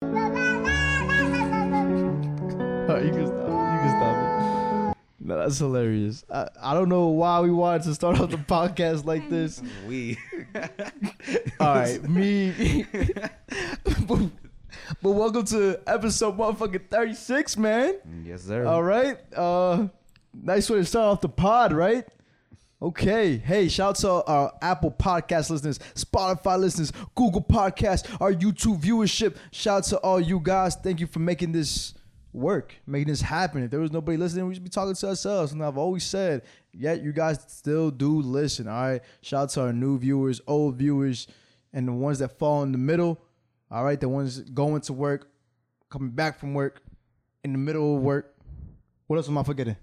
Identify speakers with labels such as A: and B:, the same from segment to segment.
A: Alright, you can stop it. You can stop it. No, that's hilarious. I, I don't know why we wanted to start off the podcast like this.
B: We.
A: All right, me. but, but welcome to episode motherfucking 36, man.
B: yes, sir.
A: All right. Uh, nice way to start off the pod, right? Okay. Hey, shout out to our Apple Podcast listeners, Spotify listeners, Google Podcast, our YouTube viewership. Shout out to all you guys. Thank you for making this work, making this happen. If there was nobody listening, we'd be talking to ourselves. And I've always said, yet you guys still do listen. All right. Shout out to our new viewers, old viewers, and the ones that fall in the middle. All right. The ones going to work, coming back from work, in the middle of work. What else am I forgetting?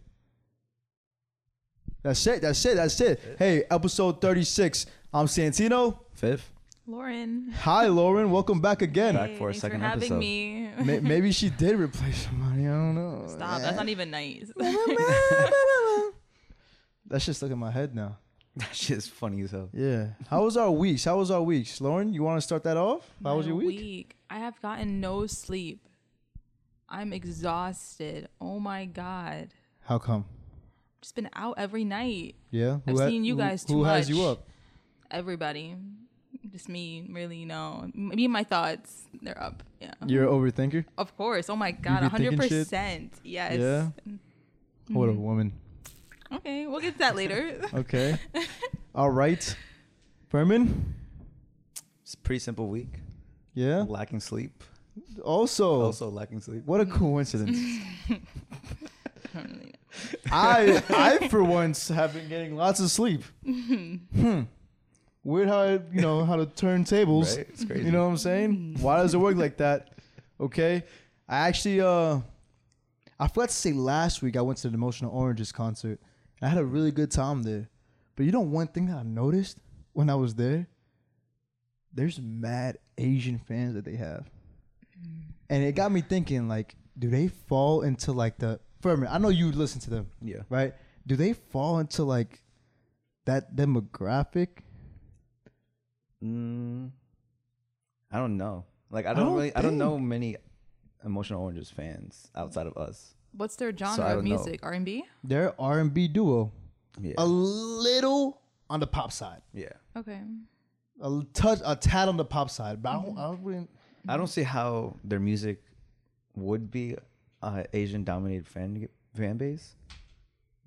A: That's it. That's it. That's it. Hey, episode 36. I'm Santino.
B: Fifth.
C: Lauren.
A: Hi, Lauren. Welcome back again.
B: Back for a
C: thanks
B: second
C: for having
B: episode.
C: me.
A: May- Maybe she did replace somebody. I don't know.
C: Stop. That's not even nice.
A: That's just stuck in my head now.
B: That shit's funny as hell.
A: Yeah. How was our weeks? How was our weeks? Lauren, you want to start that off? How was
C: My
A: your week?
C: I have gotten no sleep. I'm exhausted. Oh my god.
A: How come?
C: Just been out every night.
A: Yeah.
C: I've
A: ha-
C: seen you guys
A: Who, who
C: too
A: has you
C: much.
A: up?
C: Everybody. Just me, really, you know. Me and my thoughts, they're up. Yeah.
A: You're an overthinker?
C: Of course. Oh my god,
A: be thinking shit?
C: 100%. Yes. Mm-hmm.
A: Yeah. What a woman.
C: Okay, we'll get to that later.
A: Okay. Uh, All right. Furman?
B: It's a pretty simple week.
A: Yeah.
B: Lacking sleep.
A: Also,
B: Also lacking sleep.
A: what a coincidence.
C: I don't really know.
A: I I for once have been getting lots of sleep. hmm. Weird how it, you know how to turn tables.
B: Right? It's crazy.
A: You know what I'm saying? Why does it work like that? Okay. I actually uh I forgot to say last week I went to the Emotional Oranges concert. I had a really good time there. But you know one thing that I noticed when I was there? There's mad Asian fans that they have. And it got me thinking like do they fall into like the Furman? I know you listen to them
B: Yeah.
A: right? Do they fall into like that demographic?
B: Mm, I don't know. Like I don't,
A: don't
B: really. I don't
A: think-
B: know many emotional oranges fans outside of us.
C: What's their genre
B: I
C: of
B: don't know.
C: music? R&B?
A: They're R and B duo,
B: Yeah.
A: a little on the pop side,
B: yeah.
C: Okay.
A: a touch, a tad on the pop side, but I, don't, I wouldn't.
B: I don't see how their music would be a Asian dominated fan fan base.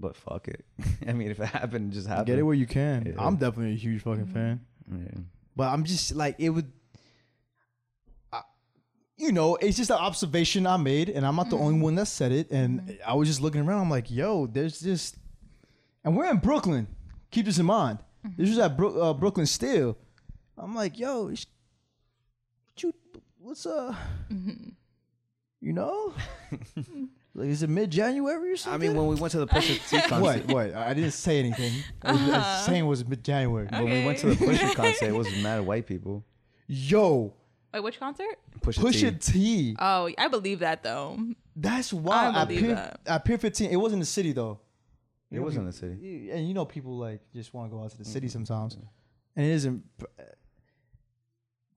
B: But fuck it. I mean, if it happened, it just happened.
A: where you can.
B: Yeah.
A: I'm definitely a huge fucking fan,
B: Yeah.
A: but I'm just like it would. I- You know, it's just an observation I made, and I'm not the only one that said it. And I was just looking around. I'm like, "Yo, there's just," and we're in Brooklyn. Keep this in mind. This was at Bro- uh, Brooklyn Steel. I'm like, yo, it's- what you, what's uh, you know, like is it mid January or
B: I
A: something?
B: mean, when we went to the Pusha T concert,
A: what? What? I didn't say anything. I was- I was saying it was mid January.
B: when we went to the Pusha concert, it was mad white people.
A: Yo,
C: Wait, which concert?
B: Pusha,
A: push
B: T.
A: a T.
C: Oh, I believe that though.
A: That's why
C: I
A: at
C: believe
A: Pier,
C: that.
A: at Pier 15, it was in the city though.
B: It was in the city.
A: You- And you know, people like just want to go out to the city
C: Mm-hmm.
A: sometimes, and it isn't.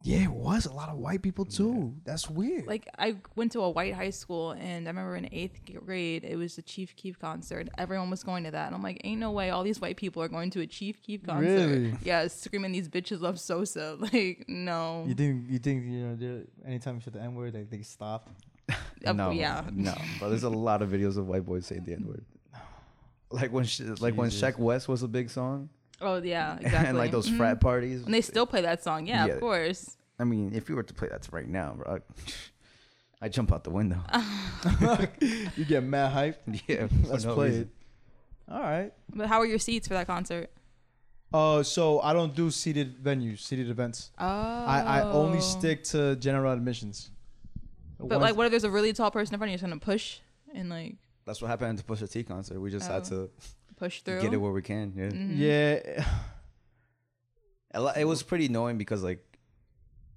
A: Yeah, it was a lot of white people too. That's weird.
C: like I went to a white high school and I remember in eighth grade it was the Chief Keef concert. Everyone was going to that. And I'm like, ain't no way all these white people are going to a Chief Keef concert.
A: Really?
C: Yeah, screaming these bitches love Sosa. Like, no.
A: You think you think you know? they're- Anytime you say the N word, like they stop.
C: Of-
B: no,
C: Uh, yeah.
B: no. But there's a lot of videos of white boys saying the N word. Like when, sh- like when Sheck West was a big song,
C: Oh yeah, exactly. Mm-hmm.
B: and like those frat parties.
C: And they still play that song, yeah,
B: Yeah.
C: of course.
B: I mean, if you were to play that right now, bro, I I'd jump out the window.
C: Uh.
A: you get mad hype.
B: yeah,
A: Let's play it. All right.
C: But how were your seats for that concert?
A: Uh, so I don't do seated venues, seated events.
C: Oh,
A: I, I only stick to general admissions.
C: But like, what if there's a really tall person in front of you? Just gonna push and like
B: That's what happened at the Pusha T concert. We just had to
C: push Oh, through. Mm. Mm-hmm.
B: get it where we can. Yeah,
A: Yeah.
B: A lot- it was pretty annoying because like,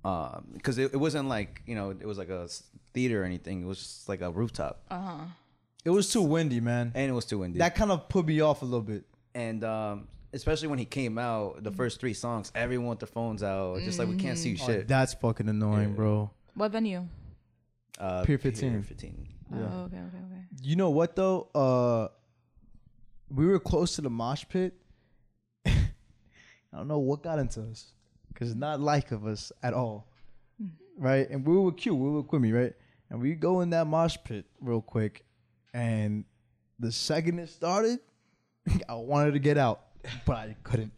B: um, because it, it wasn't like you know it was like a s- theater or anything. It was just like a rooftop,
C: Uh-huh.
A: It was too windy, man.
B: and it was too windy.
A: That kind of put me off a little bit.
B: and um, especially when he came out, the
A: Mm.
B: first three songs, everyone with their phones out, just like we can't see
A: Oh,
B: shit.
A: that's fucking annoying,
B: Yeah.
A: bro.
C: what venue?
B: Uh,
A: Pier 15.
B: 15.
C: Oh, okay, okay, okay.
A: You know what though? Uh, we were close to the mosh pit. I don't know what got into us, cause it's not like of us at all, right? And we were cute. We were with me, right? And we go in that mosh pit real quick, and the second it started, I wanted to get out, but I couldn't.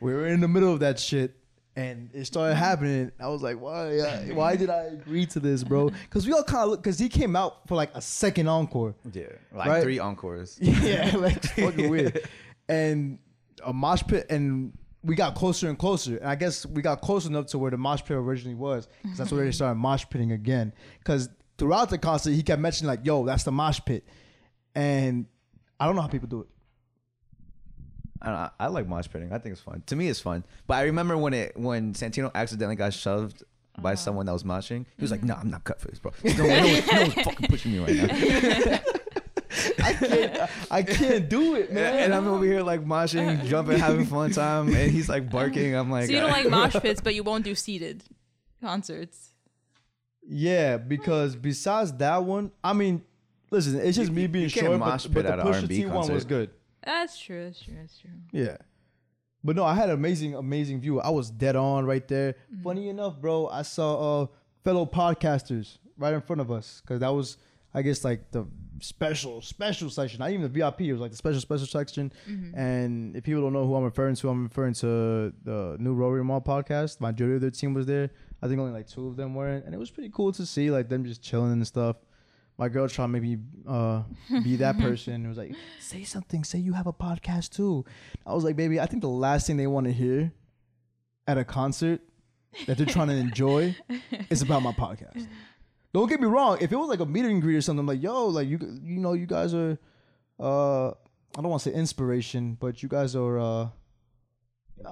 A: we were in the middle of that shit. And it started happening. I was like, "Why? uh, Why did I agree to this, bro?" Because we all kind of look. Because he came out for like a second encore.
B: Yeah, like
A: Right.
B: three encores.
A: Yeah, like it's fucking weird. And a mosh pit, and we got closer and closer. And I guess we got close enough to where the mosh pit originally was, because that's where they started mosh pitting again. Because throughout the concert, he kept mentioning like, "Yo, that's the mosh pit," and I don't know how people do it.
B: I, don't know, I like mosh pitting. I think it's fun. To me, it's fun. But I remember when it when Santino accidentally got shoved
A: Uh-huh.
B: by someone that was moshing. He was like,
A: Mm-hmm.
B: "No, nah, I'm not cut for this, bro. No, one- no, one- no one's fucking pushing me right now."
A: I can't. I can't do it, man.
B: and I'm over here like moshing, jumping, having fun time, and he's like barking. I'm like, "Ah,
C: so you don't like mosh pits, but you won't do seated concerts.
A: Yeah, because besides that one, I mean, listen, it's just
B: You-
A: me
B: you-
A: being
B: you can't
A: short,
B: mosh
A: but,
B: pit
A: but the
B: at a
A: Pusha
B: R&B
A: T one was
B: concert.
A: good.
C: That's true. That's true. That's true.
A: Yeah. But no, I had an amazing, amazing view. I was dead on right there. Funny enough, bro, I saw uh, fellow podcasters right in front of us because that was, I guess, like the special, special section. Not even the VIP. It was like the special, special section. And if people don't know who I'm referring to, I'm referring to the new Rotary Mall podcast. Majority of their team was there. I think only like two of them weren't, and it was pretty cool to see like them just chilling and stuff. My girl tried to make me uh, be that person. and was like, say something. Say you have a podcast too. I was like, baby, I think the last thing they want to hear at a concert that they're trying to enjoy is about my podcast. Don't get me wrong. If it was like a meet and greet or something, like yo, like you, you know, you guys are, uh, I don't want to say inspiration, but you guys are, uh,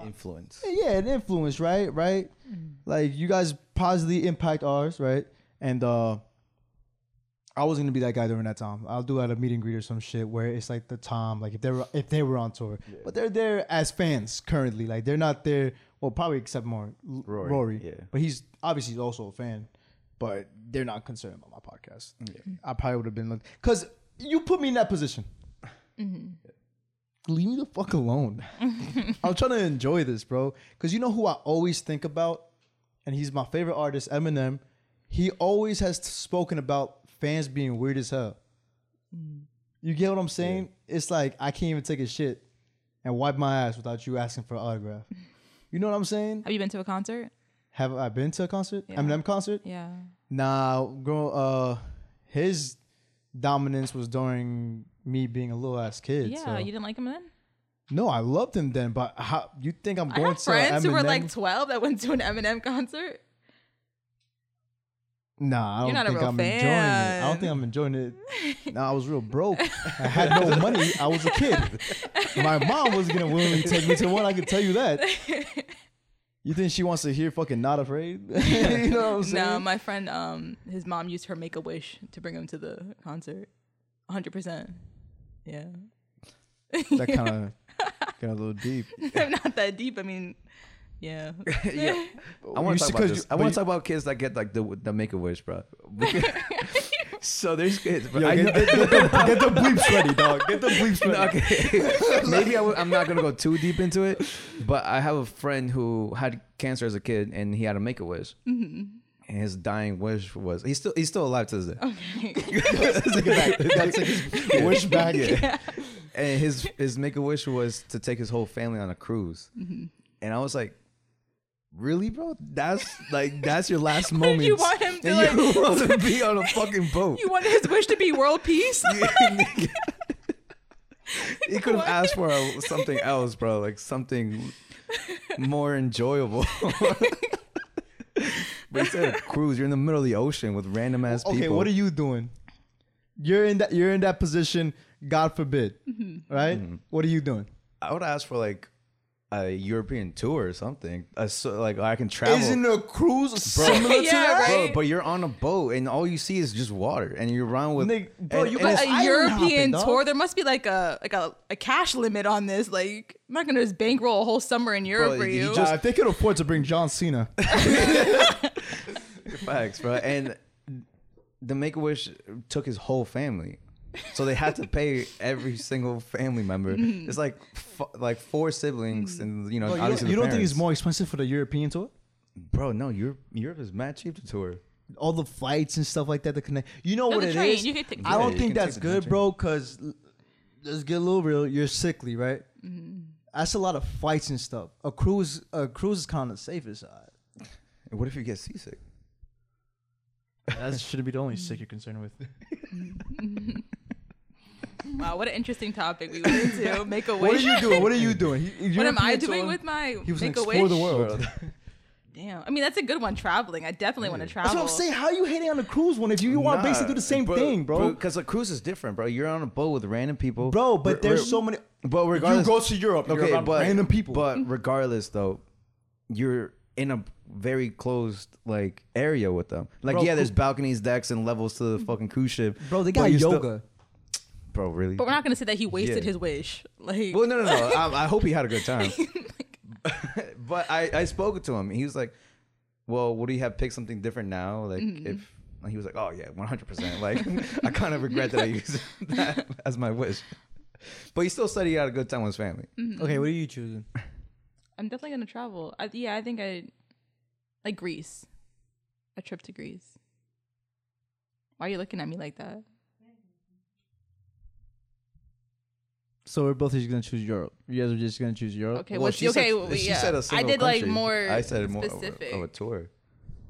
B: influence.
A: yeah, an influence, right? Right?
C: Mm.
A: Like you guys positively impact ours, right? And uh I was gonna be that guy during that time. I'll do at a meet and greet or some shit where it's like the time, like if they were if they were on tour, but they're there as fans currently. Like they're not there. Well, probably except more L- Rory,
B: Rory, yeah.
A: But he's obviously he's also a fan. But they're not concerned about my podcast. I probably would have been like, because you put me in that position. Leave me the fuck alone. I'm trying to enjoy this, bro. Because you know who I always think about, and he's my favorite artist, Eminem. He always has spoken about fans being weird as hell. You get what I'm saying? It's like I can't even take a shit and wipe my ass without you asking for an autograph. You know what I'm saying?
C: Have you been to a concert?
A: Have I been to a concert? Eminem concert?
C: Yeah.
A: Nah, grow, uh, his dominance was during me being a little ass kid.
C: yeah.
A: so-
C: You didn't like him then?
A: no, I loved him then, but how you think I'm
C: I
A: going
C: have
A: to
C: friends
A: Eminem?
C: who were like 12 that went to an Eminem concert.
A: Nah, I
C: You're
A: don't
C: not a
A: think
C: real
A: I'm enjoying it. I
C: fan.
A: don't think I'm enjoying it. Nah, I was real broke. I had no money. I was a kid. My mom was gonna willingly take me to one. I can tell you that. You think she wants to hear fucking not afraid? you know what I'm saying?
C: No, my friend, um, his mom used her make a wish to bring him to the concert. 100%. Yeah.
A: that kind of got a little deep.
C: I'm not that deep. I mean, yeah.
B: yeah. I
A: You
B: want to
A: should- 'cause
B: talk about
A: you-
B: this. I
A: but
B: want
A: you-
B: to talk about kids that get like the the make a wish, bro. so there's kids, but
A: Yo,
B: I,
A: get, get, get the, get the bleeps ready, dog. Get the bleeps ready.
B: No, okay. Maybe I w- I'm not gonna go too deep into it, but I have a friend who had cancer as a kid, and he had a make a wish.
C: Mm-hmm.
B: And his dying wish was he's still he's still alive to this day.
A: take it back. Gotta take his wish back.
B: and his his make a wish was to take his whole family on a cruise,
C: Mm-hmm.
B: and I was like, "Really, bro? That's like that's your last
C: What
B: moment.
C: did you want him to,
B: and you want to be on a fucking boat?
C: You wanted his wish to be world peace?
B: he could have asked for a, something else, bro. Like something more enjoyable." But instead of cruise, you're in the middle of the ocean with random ass
A: okay,
B: people.
A: what are you doing? You're in that you're in that position, God forbid.
C: Mm-hmm.
A: Right? What are you doing?
B: I would ask for like a European tour or something. A, so, like I can travel.
A: Isn't a cruise similar to
C: Yeah,
A: that?
C: right.
B: Bro, but you're on a boat and all you see is just water, and you're around with.
A: Nigga, bro,
B: and-
A: you
B: and
A: got-
B: it's-
A: Island
C: a European
A: hopping, dog.
C: tour. There must be like a like a, a cash limit on this. Like I'm not gonna just bankroll a whole summer in Europe
B: Bro,
C: for
B: you
C: you.
A: Nah, if they could afford to bring John Cena,
B: Facts, bro. And the Make a Wish took his whole family, so they had to pay every single family member. It's like f- like four siblings, and you know,
A: you don't,
B: obviously
A: you
B: the
A: don't think it's
B: parents.
A: more expensive for the European tour?
B: bro? No, Europe Europe is mad cheap to tour.
A: All the flights and stuff like that to connect. You know
C: No,
A: what
C: the
A: it
C: train.
A: is?
C: You could take-
A: I
B: Yeah,
A: don't think
B: you can take
A: that's
B: the
A: good,
B: train.
A: bro. Because let's get a little real. You're sickly, right?
C: Mm-hmm.
A: That's a lot of flights and stuff. A cruise, a cruise is kind of safer side.
B: And what if you get seasick?
A: That should be the only sick you're concerned with.
C: Wow, what an interesting topic we went into. Make a wish.
A: What are you doing? What are you doing? He-
C: What am I
A: European
C: doing
A: tour-
C: with my
A: He was
C: make
A: gonna
C: a
A: explore
C: wish?
A: the world.
C: Damn. I mean, that's a good one. Traveling. I definitely want to travel.
A: That's what I'm saying. How are you hating on the cruise one if you, you want to basically do the same thing, bro?
B: Because a cruise is different, bro. You're on a boat with random people,
A: Bro, but
B: Re-
A: there's
B: re-
A: so many.
B: But regardless,
A: you go to Europe, you're
B: okay,
A: around
B: but
A: random people.
B: But regardless, though, you're in a very closed like area with them. Like,
A: Bro,
B: yeah, there's
A: cru-
B: balconies, decks, and levels to the fucking cruise ship.
A: bro, they
B: but
A: got
B: you still-
A: yoga.
B: bro, really?
C: But we're not gonna say that he wasted
B: Yeah.
C: his wish. Like,
B: well, no, no, no. I, I hope he had a good time. but I, I spoke to him. And he was like, "Well, what do you have? Pick something different now. Like, if." And he was like, "Oh yeah, 100." percent Like, I kind of regret that I used that as my wish." But he still said he had a good time with his family.
A: Okay, what are you choosing?
C: mm-hmm. I'm definitely gonna travel. I, yeah, I think I like Greece. A trip to Greece. Why are you looking at me like that?
A: So we're both just gonna choose Europe. You guys are just gonna choose Europe.
C: Okay, what's okay?
B: Said,
C: we-
B: she
C: yeah.
B: said a
C: I
B: single
C: did like
B: country.
C: more.
B: I said more of a-
C: specific.
B: of a tour.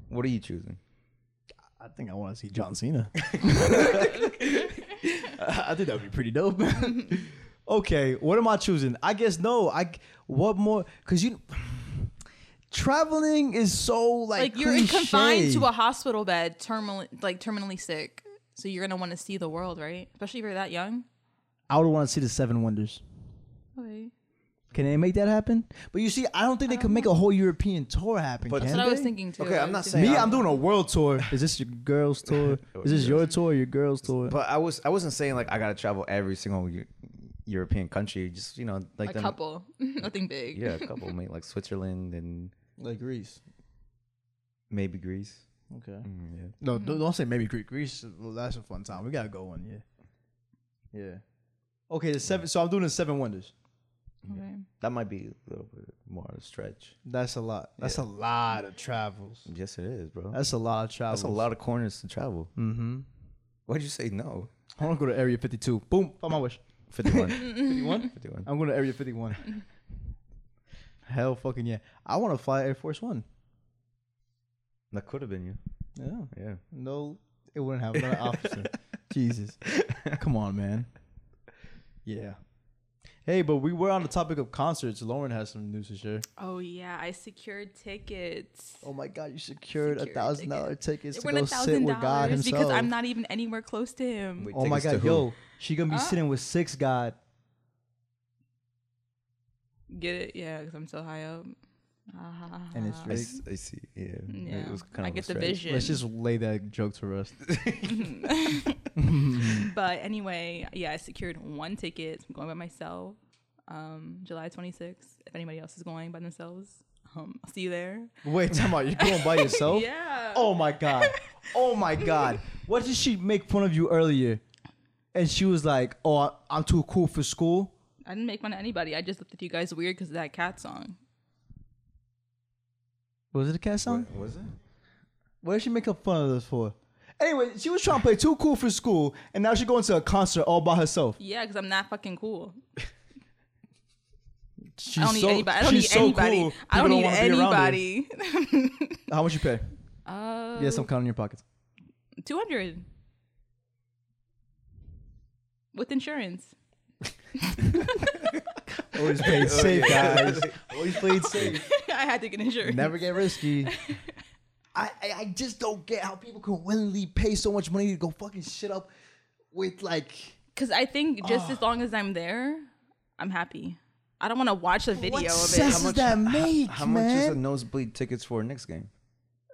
B: What are you choosing?
A: I think I want to see John Cena. I think that would be pretty dope. okay, what am I choosing? I guess no. I what more? Cause you traveling is so like
C: like you're in- confined
A: cliche.
C: to a hospital bed, terminally like terminally sick. So you're gonna want to see the world, right? Especially if you're that young.
A: I would want to see the Seven Wonders.
C: Okay.
A: Can they make that happen? But you see, I don't think they can make a whole European tour happen.
B: But-
A: can
C: That's what I was
A: they?
C: thinking too.
B: Okay,
C: I
B: I'm
C: was
B: not
C: doing
B: saying
A: Me,
B: I-
A: I'm doing a world tour. Is this your girls' tour? Is this your tour? Or your girls' tour?
B: But I was I wasn't saying like I gotta travel every single Eu- European country. Just you know like
C: a
B: them-
C: couple, nothing big.
B: Yeah, a couple. mate, like Switzerland and
A: Like Greece.
B: maybe Greece.
A: Okay.
B: Mm, yeah.
A: No, don't, don't say maybe Greece. Greece, well, that's a fun time. We gotta go one, yeah. Yeah. Okay, the seven. So I'm doing the seven wonders.
C: Okay.
B: That might be a little bit more of a stretch.
A: That's a lot. That's a lot of travels.
B: Yes, it is, bro. That's,
A: Mm-hmm. That's a lot of travels.
B: a lot of corners to travel.
A: Mm-hmm.
B: Why'd you say no?
A: I want to go to Area 52. Boom. Found my wish.
B: 51.
A: 51.
B: 51.
A: I'm going to Area 51. Hell fucking yeah. I want to fly Air Force One.
B: That could have been you.
A: Yeah.
B: Yeah.
A: No, it wouldn't have another officer. Jesus. Come on, man. Yeah. Hey, but we were on the topic of concerts. Lauren has some news to share.
C: Oh yeah, I secured tickets.
A: Oh my God, you secured a
C: Secured
A: thousand dollar tickets
C: It
A: to go
C: went a
A: sit
C: thousand
A: with God
C: dollars
A: himself.
C: because I'm not even anywhere close to him.
B: Wait,
A: oh my
B: tickets to
A: God,
B: who?
A: yo, she gonna be
C: Huh?
A: sitting with six God.
C: Get it? Yeah, because I'm so high up. Ah.
A: And it's
B: I, s- I see. Yeah.
C: Yeah.
B: It was kind
C: I
B: of a
C: get the
B: stretch.
C: vision.
A: Let's just lay that joke to rest. Mm-hmm.
C: but anyway, yeah, I secured one ticket. I'm going by myself. Um, July 26th. If anybody else is going by themselves, um, I'll see you there.
A: Wait, time out. You're going by yourself?
C: Yeah.
A: Oh my God. Oh my God. What did she make fun of you earlier? And she was like, "Oh, I- I'm too cool for school."
C: I didn't make fun of anybody. I just looked at you guys weird because of that cat song.
A: Was it a cat song?
B: What was it?
A: What did she make up fun of us for? Anyway, she was trying to play too cool for school, and now she's going to a concert all by herself.
C: Yeah, because I'm not fucking cool.
A: She's
C: I don't need
A: so-
C: anybody. I don't
A: she's
C: need
A: so
C: anybody.
A: cool,
C: I don't,
A: people
C: need
A: wanna be around her.
C: anybody.
A: How much you pay?
C: Uh,
A: yes, I'm counting your pockets.
C: 200 with insurance.
A: Always played safe, guys. Always played safe.
C: I had to get insurance.
A: Never get risky. I, I I just don't get how people can willingly pay so much money to go fucking shit up with like
C: Because I think just as long as I'm there, I'm happy. I don't want to watch a video
A: what
C: of
A: sense
C: it.
A: does that make,
B: How
A: man?
B: much is the nosebleed tickets for next game?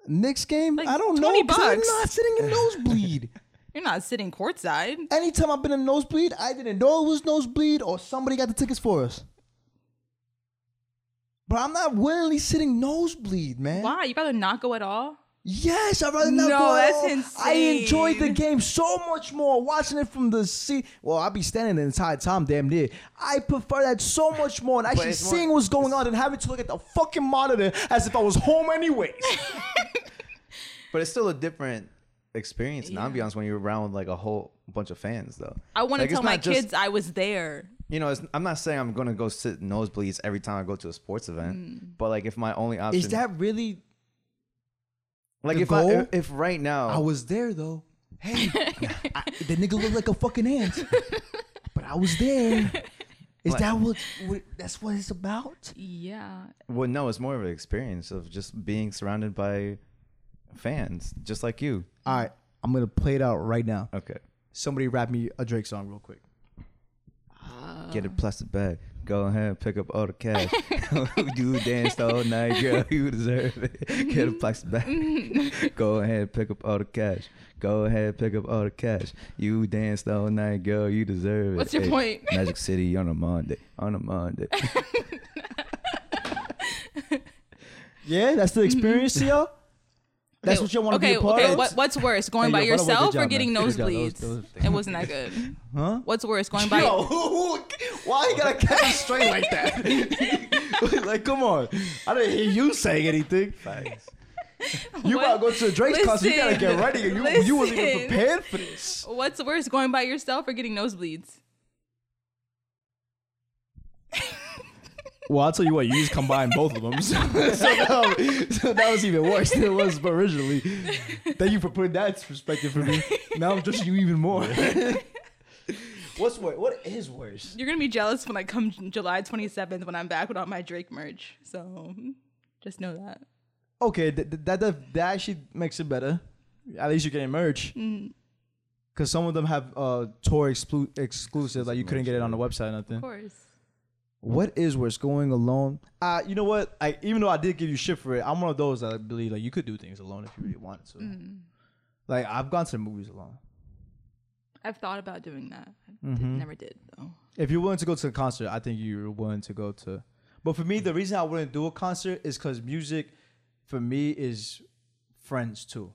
A: Knicks game?
C: Like
A: I don't
C: 20
A: know. 'cause I'm
C: bucks.
A: not sitting in nosebleed.
C: You're not sitting courtside.
A: Anytime I've been in nosebleed, I didn't know it was nosebleed or somebody got the tickets for us. But I'm not willingly sitting nosebleed, man.
C: Why? You would rather not go at all?
A: Yes, I'd rather not
C: No,
A: go. at
C: that's
A: all. I enjoyed the
C: insane.
A: game so much more watching it from the seat. Well, I'd be standing the entire time, damn near. I prefer that so much more and actually
B: it's more-
A: seeing what's going on than having to look at the fucking monitor as if I was home anyways.
B: But it's still a different experience and
C: Yeah.
B: ambiance when you're around like a whole bunch of fans, though.
C: I
B: Like,
C: want to
B: it's
C: tell my
B: not just-
C: kids I was there.
B: You know, it's, I'm not saying I'm gonna go sit in nosebleeds every time I go to a sports event,
C: Mm.
B: but like if my only option
A: Is that really?
B: like
A: the
B: if I,
A: goal?
B: if, if right now
A: I was there though. Hey, I, the nigga looked like a fucking ant, but I was there. Is
B: What?
A: that what, what? That's what it's about.
C: Yeah.
B: Well, no, it's more of an experience of just being surrounded by fans, just like you.
A: All right, I'm gonna play it out right now.
B: Okay.
A: Somebody rap me a Drake song real quick.
C: Oh.
B: Get a plastic bag. Go ahead, pick up all the cash. you danced all night, girl. You deserve it. Get a
C: Mm-hmm.
B: plastic bag. Go ahead, pick up all the cash. Go ahead, pick up all the cash. You danced all night, girl. You deserve it.
C: What's your
B: Hey,
C: point?
B: Magic City on a Monday. On a Monday.
A: Yeah, that's the experience to y'all. That's
C: Mm-hmm. Okay,
A: what y'all want to
C: okay,
A: be a part
C: okay.
A: of.
C: What, what's worse, going
A: Hey,
C: by
A: yo, by the way, good
C: yourself
A: job,
C: or
A: man. Good
C: getting
A: job. That was-
C: nosebleeds?
A: that was-
C: it wasn't that good.
B: Huh?
C: What's worse, going by
A: Yo, who, who- why you gotta catch us straight like that? like, come on. I didn't hear you saying anything.
B: Facts.
A: You about to go to a Drake's concert. You gotta get
C: Listen.
A: ready. You, you wasn't even
C: Listen.
A: prepared for this.
C: what's worse, going by yourself or getting nosebleeds?
A: Well, I'll tell you what, you just combined both of them. So, that, so that was even worse than it was originally. Thank you for putting that in perspective for me. Now I'm judging you even more. What's worse? What is worse?
C: You're gonna be jealous when I come J- July 27th when I'm back with all my Drake merch. So just know that.
A: okay, th- th- that, that that actually makes it better. At least you're getting merch.
C: Mm,
A: Cause some of them have uh tour exclu- exclusive, like you couldn't get it on the website, or nothing.
C: Of course.
A: What is worse, going alone? Uh you know what? I even though I did give you shit for it, I'm one of those that I believe like you could do things alone if you really wanted to.
C: Mm-hmm.
A: Like I've gone to the movies alone.
C: I've thought about doing that. I did-
A: Mm-hmm.
C: never did though.
A: If you're willing to go to a concert, I think you're willing to go to. But for me, the reason I wouldn't do a concert is because music, for me, is friends too.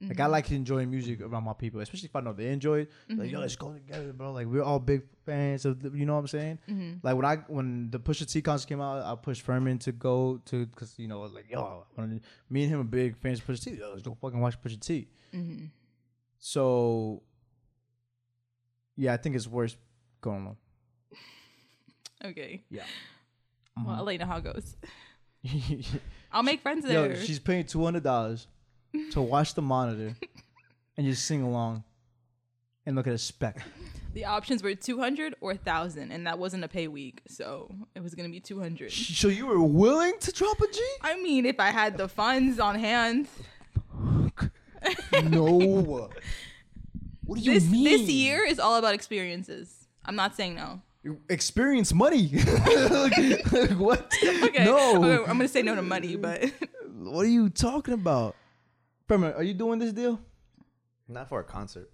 A: Like I like enjoying music around my people, especially if I know they enjoy it. Like yo, let's go together, bro. Like we're all big fans of, the, you know what I'm saying. Like when I when the Pusha T concert came out, I pushed Furman to go to because you know like yo, I wanna- me and him are big fans of Pusha T. Yo, let's go fucking watch Pusha T.
C: Mm-hmm.
A: So yeah, I think it's worse going on.
C: Okay.
A: Yeah. Mm-hmm.
C: Well, I'll let you know how it goes. I'll make friends there.
A: Yo, she's paying two hundred dollars to watch the monitor and just sing along and look at a speck.
C: the options were 200 or 1,000, and that wasn't a pay week, so it was gonna be 200.
A: So you were willing to drop a
C: I mean, if I had the funds on hand,
A: G? no. What do you
C: this
A: mean?
C: this year is all about experiences. I'm not saying no.
A: experience money. Like, what?
C: Okay.
A: No.
C: Okay, I'm gonna say no to money, but
A: What are you talking about? Perma, are you doing this deal?
B: Not for a concert.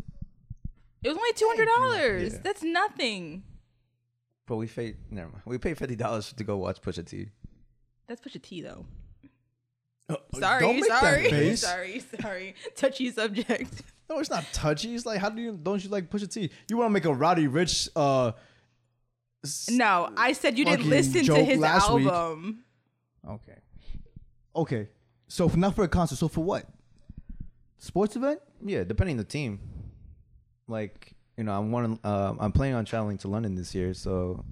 C: it was only two hundred dollars.
B: Yeah.
C: That's nothing.
B: But we paid never mind. We paid fifty dollars to go watch Pusha T.
C: That's Pusha T though. Sorry,
A: Oh, Don't make that
C: sorry,
A: face.
C: sorry, sorry. Touchy subject.
A: No, it's not touchy. It's like, how do you don't you like push a T? You want to make a Roddy Rich? Uh,
C: No, I said you didn't
A: Fucking
C: listen to
A: joke
C: his
A: last week.
C: album.
A: okay, okay. So for, not for a concert. So for what? Sports event?
B: Yeah, depending on the team. Like you know, I'm one. Um, I'm planning on traveling to London this year, so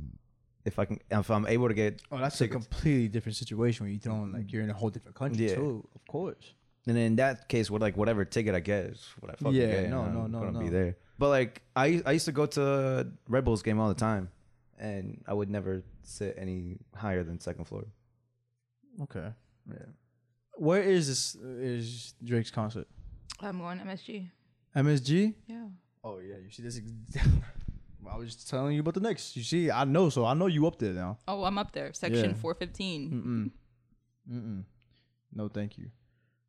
B: if I can, if I'm able to get,
A: Oh, that's a completely different situation when you're throwing like you're in a whole different country
B: Yeah.
A: too. Of course.
B: and in that case, what like whatever ticket I get is what I fucking
A: Yeah,
B: get.
A: no,
B: and
A: no,
B: I'm
A: no,
B: gonna be
A: no.
B: there. But like I, I used to go to Red Bulls game all the time, and I would never sit any higher than second floor.
A: Okay. Yeah. Where is this? Is Drake's concert?
C: I'm going MSG.
A: MSG.
C: Yeah.
A: Oh yeah, you see this. Ex- I was just telling you about the Knicks. You see, I know, so I know you up there now.
C: Oh, I'm up there. Section
A: Yeah. Hmm.
C: 415.
A: Mm-mm. Mm-mm. No, thank you.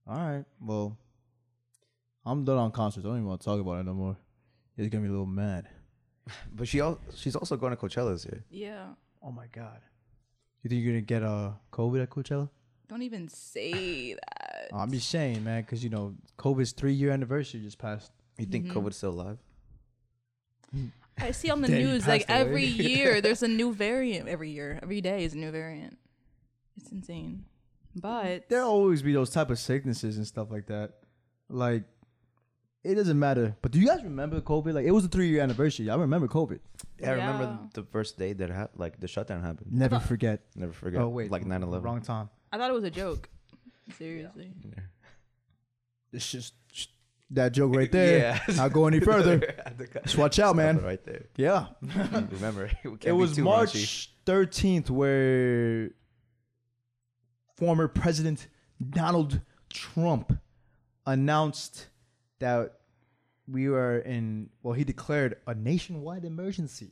A: All right, well, I'm done on concerts. I don't even want to talk about it no more. It's gonna be a little mad.
B: But she, al- she's also going to Coachella this year.
C: Yeah.
A: Oh my god. You think you're gonna get uh COVID at Coachella?
C: Don't even say that. it.
A: I'm just saying, man, because you know COVID's three year anniversary just passed.
B: You think COVID's still alive?
C: I see on the
A: Daddy
C: news like
A: passed away.
C: every year there's a new variant. Every year, every day is a new variant. It's insane. But
A: There'll always be those type of sicknesses and stuff like that. Like it doesn't matter. But do you guys remember COVID? Like it was a three year anniversary. I remember COVID.
B: Yeah, I remember
C: Yeah.
B: the first day that ha- like the shutdown happened.
A: Never forget.
B: Never forget. like 9/11.
A: Oh, Wrong time.
C: I thought it was a joke. Seriously.
A: It's just that joke right there.
B: Yeah.
A: Not go any further. Just watch out, man.
B: Right there.
A: Yeah.
B: Remember, it,
A: it
B: can't be
A: was
B: too raunchy.
A: March 13th where former President Donald Trump announced that we were in, well, he declared a nationwide emergency.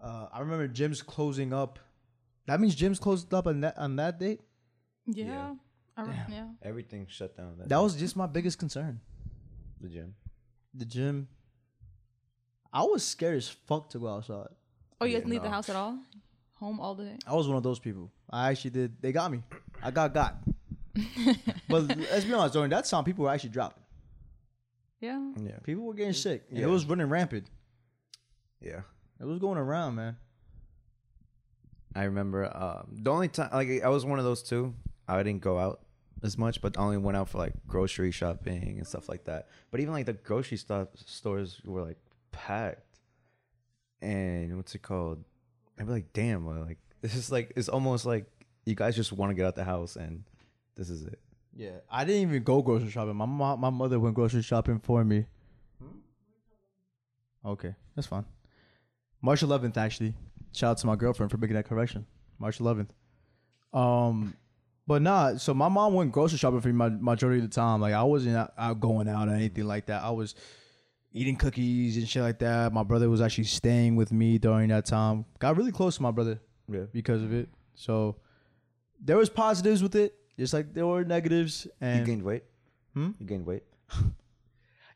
A: Uh, I remember gyms closing up. That means gyms closed up on that on that date.
C: Yeah.
B: Yeah.
C: I re- yeah.
B: Everything shut down. That,
A: That was just my biggest concern.
B: the gym.
A: The gym. I was scared as fuck to go outside.
C: Oh, you
B: Yeah,
C: guys didn't leave the
B: no.
C: house at all? Home all day?
A: I was one of those people. I actually did. They got me. I got got. but let's be honest, during that time, people were actually dropping.
C: Yeah.
B: Yeah,
A: People were getting sick.
B: Yeah.
A: It was running rampant.
B: yeah.
A: It was going around, man.
B: I remember um, the only time like I was one of those two. I didn't go out as much, but I only went out for like grocery shopping and stuff like that. But even like the grocery stuff stores were like packed, and what's it called? I'd be like, damn, well, like this is like it's almost like you guys just want to get out the house, and this is it.
A: Yeah, I didn't even go grocery shopping. My mom, my mother went grocery shopping for me. Okay, that's fine. March 11th, actually. Shout out to my girlfriend for making that correction. March 11th. Um, but nah. So my mom went grocery shopping for me my majority of the time. Like I wasn't out, out going out or anything like that. I was eating cookies and shit like that. My brother was actually staying with me during that time. Got really close to my brother
B: Yeah.
A: because of it. So there was positives with it, just like there were negatives. And
B: You gained weight.
A: Hmm?
B: You gained weight.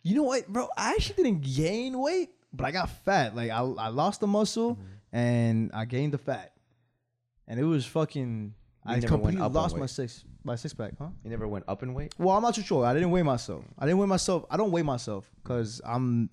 A: you know what, bro? I actually didn't gain weight, but I got fat. Like I, I lost the muscle
B: Mm-hmm.
A: and I gained the fat, and it was fucking.
B: You
A: I
B: never went
A: completely
B: up on
A: lost my
B: weight.
A: six my six pack, huh?
B: You never went up in weight.
A: Well, I'm not too sure. I didn't weigh myself. I didn't weigh myself. I don't weigh myself because I'm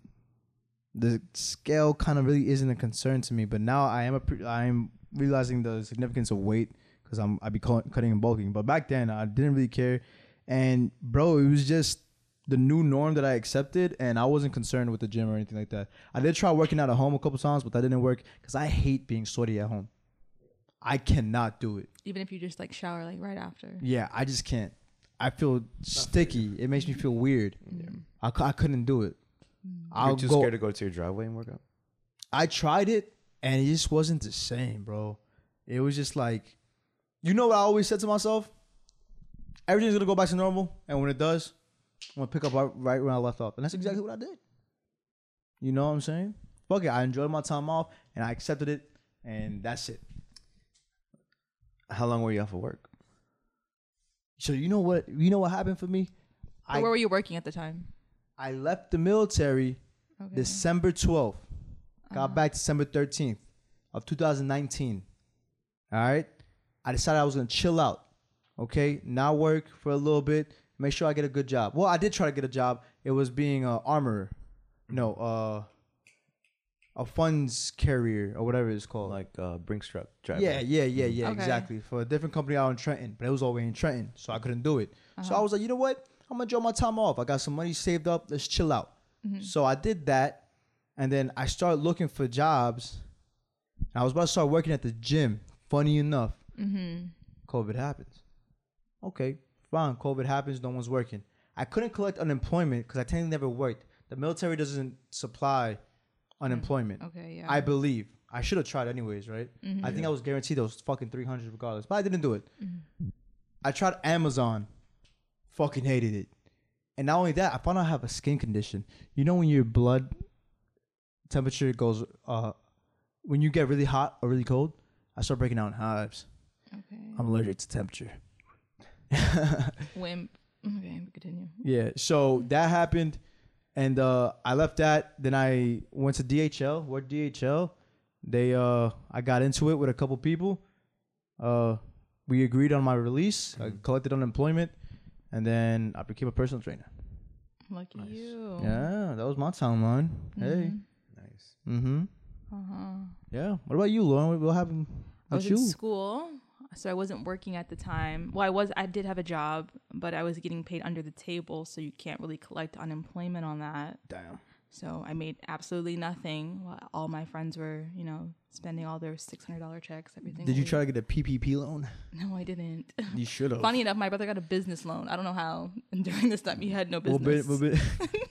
A: the scale kind of really isn't a concern to me. But now I am a pre- I am realizing the significance of weight because I'm I be call- cutting and bulking. But back then I didn't really care, and bro, it was just the new norm that I accepted, and I wasn't concerned with the gym or anything like that. I did try working out at home a couple times, but that didn't work because I hate being sweaty at home. I cannot do it.
C: Even if you just like shower like right after.
A: Yeah, I just can't. I feel sticky. It makes me feel weird. I, cou- I couldn't do it. I'll
B: You're too
A: go.
B: scared to go to your driveway and work out.
A: I tried it and it just wasn't the same, bro. It was just like, you know what I always said to myself? Everything's gonna go back to normal, and when it does, I'm gonna pick up right, right where I left off, and that's exactly what I did. You know what I'm saying? Fuck it. I enjoyed my time off, and I accepted it, and that's it.
B: How long were you off of work?
A: So you know what? You know what happened for me?
C: But
A: I
C: where were you working at the time?
A: I left the military
C: Okay.
A: December 12th.
C: Uh-huh.
A: Got back December 13th of 2019. All right. I decided I was going to chill out. Okay. Not work for a little bit. Make sure I get a good job. Well, I did try to get a job. It was being a armorer. No, uh, a funds carrier or whatever it's called.
B: Like uh, Brinks truck driver.
A: Yeah, yeah, yeah, yeah,
C: Okay.
A: exactly. For a different company out in Trenton, but it was all the way in Trenton, so I couldn't do it. So I was like, you know what? I'm gonna enjoy my time off. I got some money saved up. Let's chill out. So I did that, and then I started looking for jobs. And I was about to start working at the gym. Funny enough, COVID happens. Okay, fine. COVID happens. No one's working. I couldn't collect unemployment because I technically never worked. The military doesn't supply unemployment.
C: Okay, yeah.
A: I believe. I should have tried anyways, right? I think I was guaranteed those fucking 300 regardless, but I didn't do it. I tried Amazon. Fucking hated it. And not only that, I found out I have a skin condition. You know when your blood temperature goes uh when you get really hot or really cold, I start breaking out in hives.
C: okay.
A: I'm allergic to temperature.
C: Wimp. Okay, continue.
A: Yeah, so that happened, and uh, I left that. Then I went to DHL. Worked DHL. They, uh, I got into it with a couple
C: Mm-hmm.
A: people. Uh, we agreed on my release. I collected unemployment, and then I became a personal trainer.
C: Lucky
B: Nice.
C: you.
A: Yeah, that was my timeline.
C: Mm-hmm.
A: Hey.
B: Nice.
A: Mm-hmm.
C: Uh-huh.
A: Yeah. What about you, Lauren? What- What happened
C: I was
A: with
C: in
A: you?
C: school, so I wasn't working at the time. Well, I was. I did have a job, but I was getting paid under the table, so you can't really collect unemployment on that.
A: Damn.
C: So I made absolutely nothing. While all my friends were, you know, spending all their six hundred dollar checks. Everything.
A: Did you
C: we-
A: try to get a PPP loan?
C: No, I didn't.
A: You should have.
C: Funny enough, my brother got a business loan. I don't know how. And during this time, he had no
A: Well,
C: business.
A: bit, well, bit.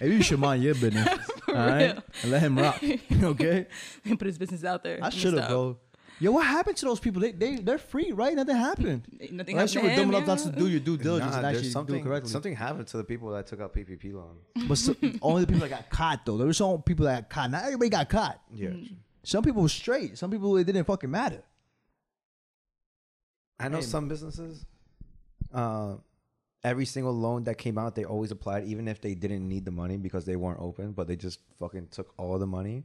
A: Maybe you should mind your business. all right?
C: real.
A: And let him rock. okay?
C: and put his business out there.
A: I
C: and
A: should have,
C: stuff.
A: bro. Yo, what happened to those people? They they they're free, right? Nothing happened.
C: Nothing
A: Unless you were dumb
C: happened to
A: enough
C: him,
A: not to
C: yeah.
A: do your due diligence
B: Nah,
A: and
B: there's
A: actually do it
B: something,
A: correctly.
B: something happened to the people that took out PPP loan.
A: But so, only the people that got caught though. There were some people that got caught. Not everybody got caught.
B: Yeah.
A: Mm-hmm. Some people were straight. Some people it didn't fucking matter.
B: I know some businesses, uh, every single loan that came out, they always applied, even if they didn't need the money because they weren't open, but they just fucking took all the money.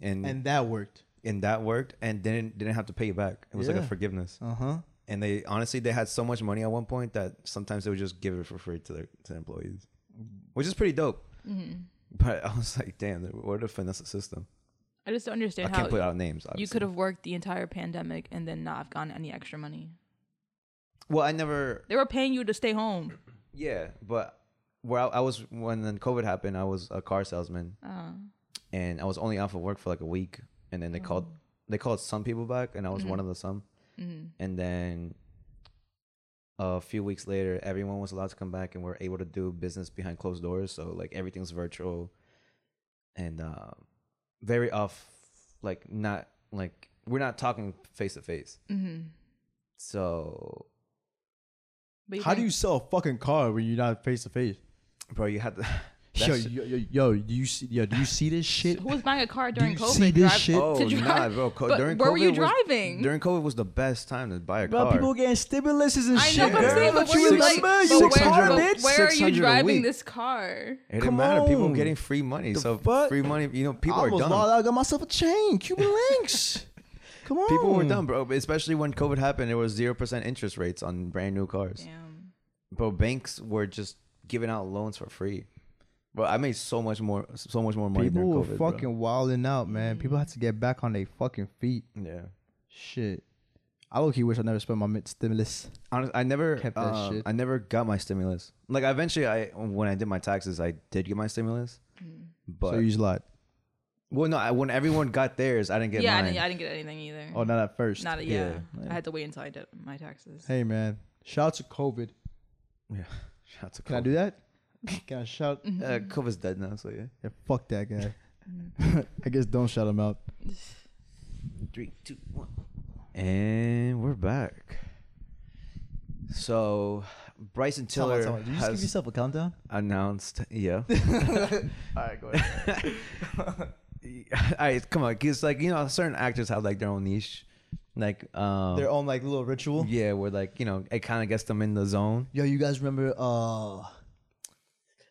B: And and,
A: And that worked.
B: that worked and didn't didn't have to pay it back. It was like
A: Yeah.
B: a forgiveness.
A: Uh huh.
B: And they honestly they had so much money at one point that sometimes they would just give it for free to their to their employees. Which is pretty dope.
C: Mm-hmm.
B: But I was like, damn, what a finesse the system.
C: I just don't understand
B: I
C: how
B: can't put out names.
C: you
B: obviously.
C: could have worked the entire pandemic and then not have gotten any extra money.
B: Well, I never
C: They were paying you to stay home.
B: Yeah, but where I, I was when then COVID happened, I was a car salesman,
C: Uh,
B: and I was only off of work for like a week, and then they called
C: Mm.
B: they called some people back, and I was one of the some,
C: Mm-hmm.
B: and then a few weeks later, everyone was allowed to come back, and we are able to do business behind closed doors, so like everything's virtual, and uh, very off, like not like we're not talking face to face,
C: mhm.
B: so
C: But
A: How do
C: can-
A: you sell a fucking car when you're not face to face?
B: bro, you had to. that
A: Yo,
B: shit-
A: yo, yo, yo, do you see? Yo, do you see this shit?
C: Who was buying a car
A: Do
C: during
A: you
C: COVID?
A: see this shit?
B: Oh,
C: to drive.
B: nah, bro. Co-
C: But
B: during
C: where
B: COVID
C: were you
B: was-
C: driving?
B: during COVID was the best time to buy a
A: Bro,
B: car.
A: people were getting stimuluses and
C: I know,
A: shit.
C: but I'm
A: girl.
C: saying, but
A: Don't you
C: were you
B: six-
C: like,
A: remember?
C: but
A: you
C: where,
A: was hard,
C: but
A: bitch.
C: where are you
B: 600 a
C: driving
B: week.
C: this car?
B: it
A: Come
B: didn't matter. People
A: on.
B: were getting free money.
A: The
B: so
A: fuck?
B: free money. You know,
A: I
B: people are
A: almost
B: dumb.
A: lost out. I got myself a chain, Cuban links. Come on,
B: People were dumb, bro. Especially when COVID happened, there was zero percent interest rates on brand new cars.
C: Damn.
B: Bro, banks were just giving out loans for free. Bro, I made so much more, so much more money
A: People were
B: during COVID. bro.
A: fucking wilding out, man. People had to get back on their fucking feet.
B: yeah.
A: Shit. I low key wish I never spent my mid stimulus.
B: Honestly, I never
A: Kept that
B: um,
A: shit.
B: I never got my stimulus. Like eventually, I when I did my taxes, I did get my stimulus.
C: Mm.
B: But
A: so you just lied.
B: well, no, I, when everyone got theirs, I didn't get
C: yeah, I
B: mine.
C: didn't, I didn't get anything either.
A: Oh, not at first.
C: Not a, yeah.
A: Yeah.
C: I had to wait until I did my taxes.
A: hey, man. Shout out to COVID.
B: Yeah. Shout out to
A: Can I do that? Can I shout?
B: that? Uh, COVID's dead now, so yeah.
A: Yeah, fuck that guy. I guess don't shout him out.
B: Three, two, one. And we're back. So Bryson Tiller has
A: yourself a countdown?
B: announced. Yeah.
A: All right, go ahead.
B: All right, come on. Because, like, you know, certain actors have, like, their own niche. Like, um,
A: Their own like little ritual.
B: yeah, where, like, you know, it kind of gets them in the zone.
A: Yo, you guys remember uh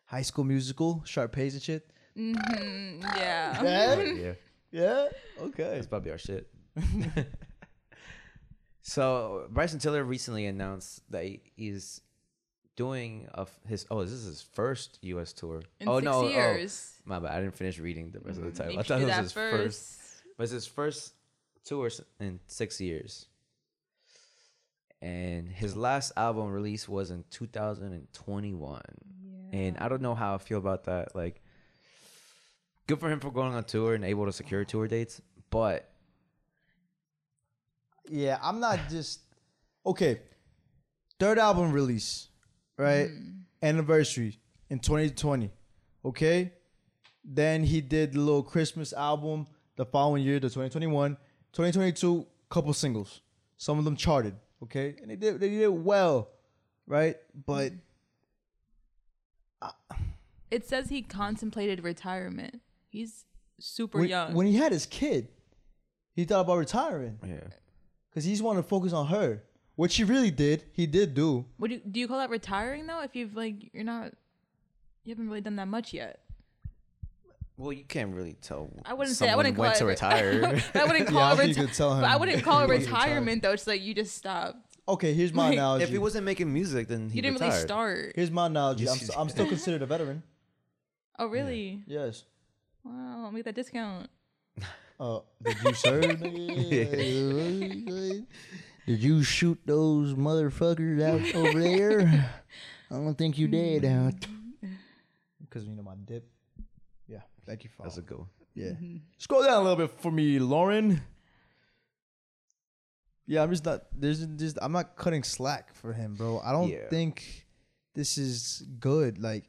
A: High School Musical, Sharpays and shit?
C: Mm, yeah.
A: Yeah.
B: yeah.
A: yeah. Okay.
B: That's probably our shit. so Bryson Tiller recently announced that he- he's doing a f his oh this is his first U.S. tour.
C: In
B: oh
C: six
B: no, oh,
C: years.
B: my bad. I didn't finish reading the rest of the title.
C: Maybe
B: I thought
C: do
B: it was
C: that
B: his first. but it's his first tour s- in six years. And his last album release was in 2021. And I don't know how I feel about that. Like, good for him for going on tour and able to secure tour dates, but
A: Yeah, I'm not just okay. Third album release, right? Anniversary in 2020. Okay, then he did the little Christmas album the following year, the 2021, 2022. Couple singles, some of them charted. Okay, and they did they did well, right? But
C: It says he contemplated retirement. He's super
A: when,
C: young.
A: when he had his kid, he thought about retiring
B: yeah.
A: because he's wanted to focus on her, which he really did. He did do.
C: Would you do you call that retiring though? If you've like you're not you haven't really done that much yet.
B: Well, you can't really tell.
C: I wouldn't say I
B: someone
C: wouldn't call
B: went
C: it
B: to retire.
C: I
A: Yeah, I
C: wouldn't call
A: don't
C: it
A: think you could tell
C: retirement. But I
A: him
C: wouldn't call it
A: he was retired.
C: retirement though. It's like you just stopped.
A: okay, here's my
C: Like,
A: analogy.
B: If he wasn't making music, then he
C: you didn't
B: retired.
C: really start.
A: here's my analogy.
B: Yes,
A: I'm,
B: he
A: st- I'm
B: did.
A: still considered a veteran.
C: Oh, really?
A: Yes.
C: Wow, make that discount.
A: Uh, did you serve? nigga? did you shoot those motherfuckers out over there? I don't think you did. Because you know my dip. Yeah. Thank you, Father.
B: That's a good one.
A: Yeah.
B: Mm-hmm.
A: Scroll down a little bit for me, Lauren. Yeah, I'm just not there's just I'm not cutting slack for him, bro. I don't
B: Yeah.
A: think this is good. Like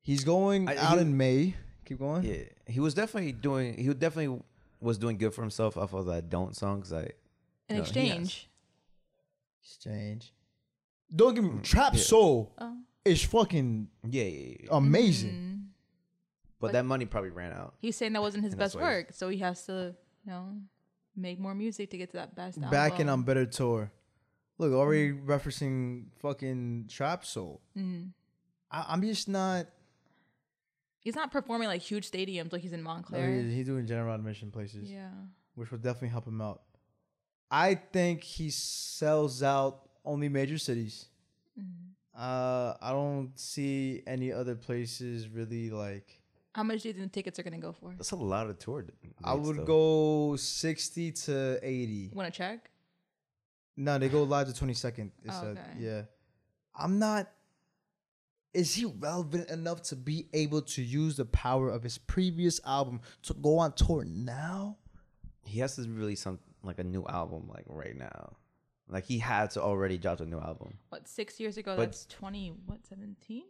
A: he's going
B: I-
A: out
B: he-
A: in May. Keep going.
B: Yeah, he was definitely doing. He definitely was doing good for himself off of that "Don't" song. 'cause I
C: In
B: No, he has.
C: exchange.
A: Exchange. Don't give me
B: Mm,
A: trap soul
C: Oh.
A: is fucking
B: yeah, yeah, yeah. Mm-hmm.
A: amazing.
B: but that money probably ran out.
C: He's saying that wasn't his
B: And that's
C: best
B: why he's-
C: work, so he has to, you know, make more music to get to that best.
A: Back in
C: album.
A: on better tour. Look, already
B: Mm-hmm.
A: referencing fucking trap soul. I, I'm just not.
C: He's not performing like huge stadiums like he's in
A: no,
C: Montclair.
A: he- he's doing general admission places.
C: yeah.
A: which will definitely help him out. I think he sells out only major cities.
C: Mm-hmm.
A: Uh, I don't see any other places really like.
C: How much do you think the tickets are gonna go for?
B: That's a lot of tour. d-
A: I
B: dates,
A: would
B: though.
A: go sixty to eighty.
C: Want to check?
A: No, they go live the twenty second. It
C: Oh,
A: said,
C: okay.
A: yeah. I'm not. Is he relevant enough to be able to use the power of his previous album to go on tour now?
B: He has to release some like a new album like right now. Like he had to already drop a new album.
C: What six years ago?
B: But-
C: that's twenty. What seventeen?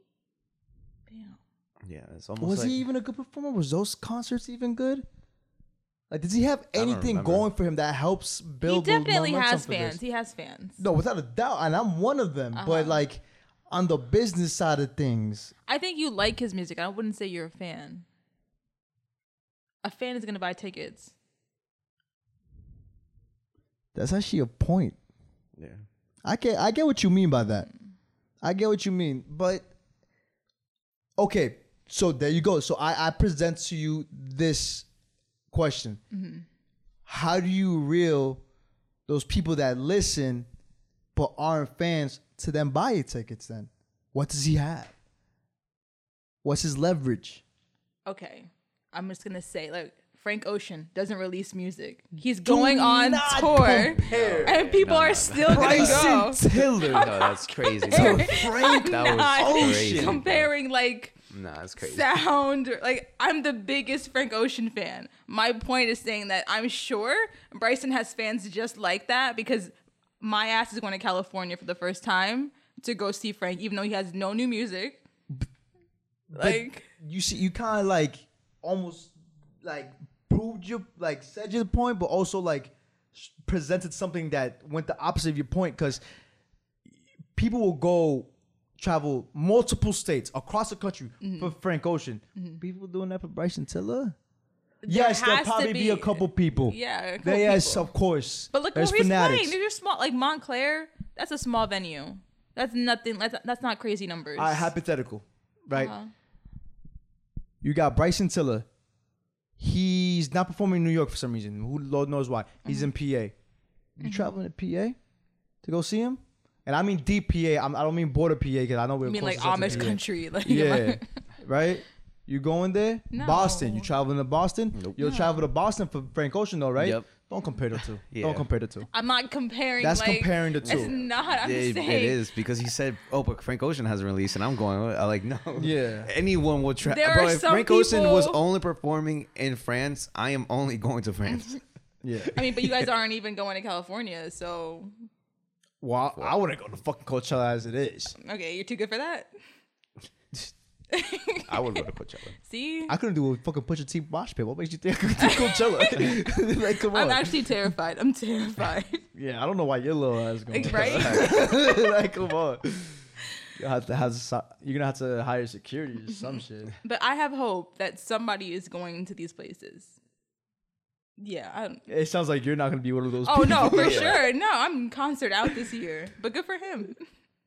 C: Damn.
B: Yeah, it's almost.
A: Was
B: like,
A: he even a good performer? Was those concerts even good? Like, does he have
B: don't
A: anything
B: remember.
A: going for him that helps
C: He
A: build? the
C: definitely
A: momentum
C: has
A: for this?
C: fans. Uh-huh. He has fans.
A: No, without a doubt, and I'm one of them. But like, on the business side of things,
C: I think you like his music. I wouldn't say you're a fan. A fan is gonna buy tickets.
A: that's actually a point.
B: Yeah.
A: I get, I get what you mean by that. I get what you mean, but okay. So there you go. So I, I present to you this question: How do you reel those people that listen but aren't fans to them buy your tickets? Then what does he have? What's his leverage?
C: okay, I'm just gonna say like Frank Ocean doesn't release music. He's going on tour, and people are still gonna go.
A: Bryson Tiller.
B: No, that's crazy. That was,
A: Frank
B: that was
C: not
B: crazy.
C: Comparing like
B: Nah, that's crazy.
C: sound, or- like I'm the biggest Frank Ocean fan. My point is saying that I'm sure Bryson has fans just like that because my ass is going to California for the first time to go see Frank, even though he has no new music. Like.
A: you see you kind of like almost like proved your like said your point but also like s- presented something that went the opposite of your point because people will go travel multiple states across the country
C: Mm-hmm.
A: for frank ocean people doing that for bryson tiller yes there'll
C: has to
A: probably be, a
C: be-
A: couple people
C: Yeah, a couple
A: There- yes
C: people.
A: of course
C: But look where
A: There's
C: he's
A: fanatics.
C: playing. They're just small, like Montclair. That's a small venue. That's nothing. That's, that's not crazy numbers.
A: All right, hypothetical, right?
C: Uh-huh.
A: You got Bryson Tiller. He's not performing in New York for some reason. Who Lord knows why. He's in PA. You
C: Mm-hmm.
A: traveling to PA to go see him? And I mean DPA. I'm, I don't mean border PA because I know we're
C: I mean,
A: close
C: like
A: as hell to
C: Amish
A: PA.
C: country. Like,
A: Yeah, right. You going there?
C: No.
A: Boston. You traveling to Boston? You'll travel to Boston for Frank Ocean, though, right?
B: Yep.
A: Don't compare the two.
B: Yeah.
A: Don't compare the two.
C: I'm not comparing.
A: That's
C: like,
A: comparing the two.
C: It's not. I'm
B: It-
C: saying
B: it is because he said, "Oh, but Frank Ocean hasn't released," and I'm going, "I like no."
A: Yeah.
B: anyone will try.
C: There are
B: if
C: some
B: Frank Ocean was
C: people-
B: only performing in France, I am only going to France.
A: Yeah.
C: I mean, but you guys aren't even going to California, so
A: Well, I, I wouldn't go to fucking Coachella as it is.
C: okay, you're too good for that.
B: I would go to Coachella.
C: See,
A: I couldn't do a fucking Pusha T mosh pit. What makes you think I could do Coachella? like, come
C: I'm
A: on.
C: actually terrified. I'm terrified.
A: yeah, I don't know why your little ass going.
C: like, right?
A: like, come on. You have to have so- you're gonna have to hire security or some shit.
C: But I have hope that somebody is going to these places. Yeah, I don't.
A: It sounds like you're not gonna be one of those.
C: Oh
A: people.
C: no, for sure. No, I'm concert out this year. But good for him.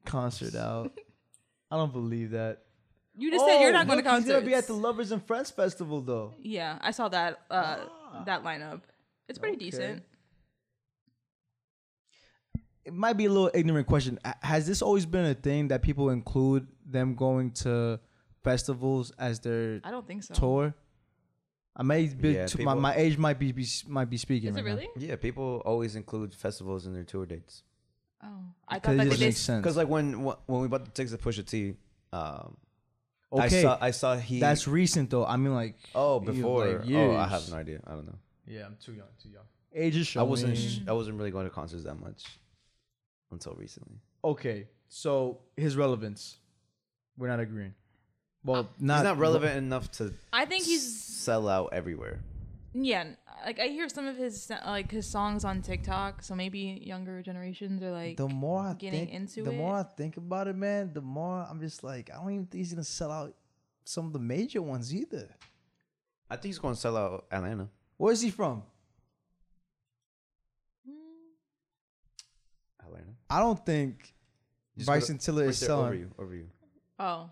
A: Concert out. I don't believe that.
C: You just said you're not going to
A: look,
C: concerts.
A: Oh, He's gonna be at the Lovers and Friends Festival though.
C: yeah, I saw that
A: Ah.
C: uh that lineup. It's pretty
A: Okay.
C: decent.
A: it might be a little ignorant question. A- Has this always been a thing that people include them going to festivals as their
C: I don't think so.
A: tour? I may be
B: Yeah,
A: t- my,
B: people-
A: my age might be, be might be speaking.
C: Is it
A: right now.
C: really?
B: Yeah, people always include festivals in their tour dates.
C: Oh, I
A: Because it
C: thought that they
A: just
C: did.
A: makes sense.
B: Because like when when we bought the tickets to Pusha T, um, I
A: Okay.
B: saw I saw he.
A: That's recent though. I mean, like
B: oh
A: you know,
B: before.
A: like,
B: Oh, I
A: years.
B: have no idea. I don't know.
A: Yeah, I'm too young. Too young. Age is
B: I
A: showing.
B: wasn't sh- I wasn't really going to concerts that much until recently.
A: okay. So his relevance, we're not agreeing.
C: Uh,
A: Well,
B: He's
A: not
B: not relevant enough to
C: I think he's
B: sell out everywhere.
C: yeah. n- Like I hear some of his uh, like his songs on TikTok, so maybe younger generations are like.
A: The more I
C: getting
A: think,
C: into
A: the more
C: it.
A: I think about it, man, the more I'm just like, I don't even think he's gonna sell out some of the major ones either.
B: I think he's going to sell out Atlanta.
A: Where is he from?
C: "Hmm,
B: Atlanta.
A: I don't think
B: Just go to-
A: Bryson Tiller
B: right
A: is
B: there,
A: selling.
B: over you. Over you.
C: oh,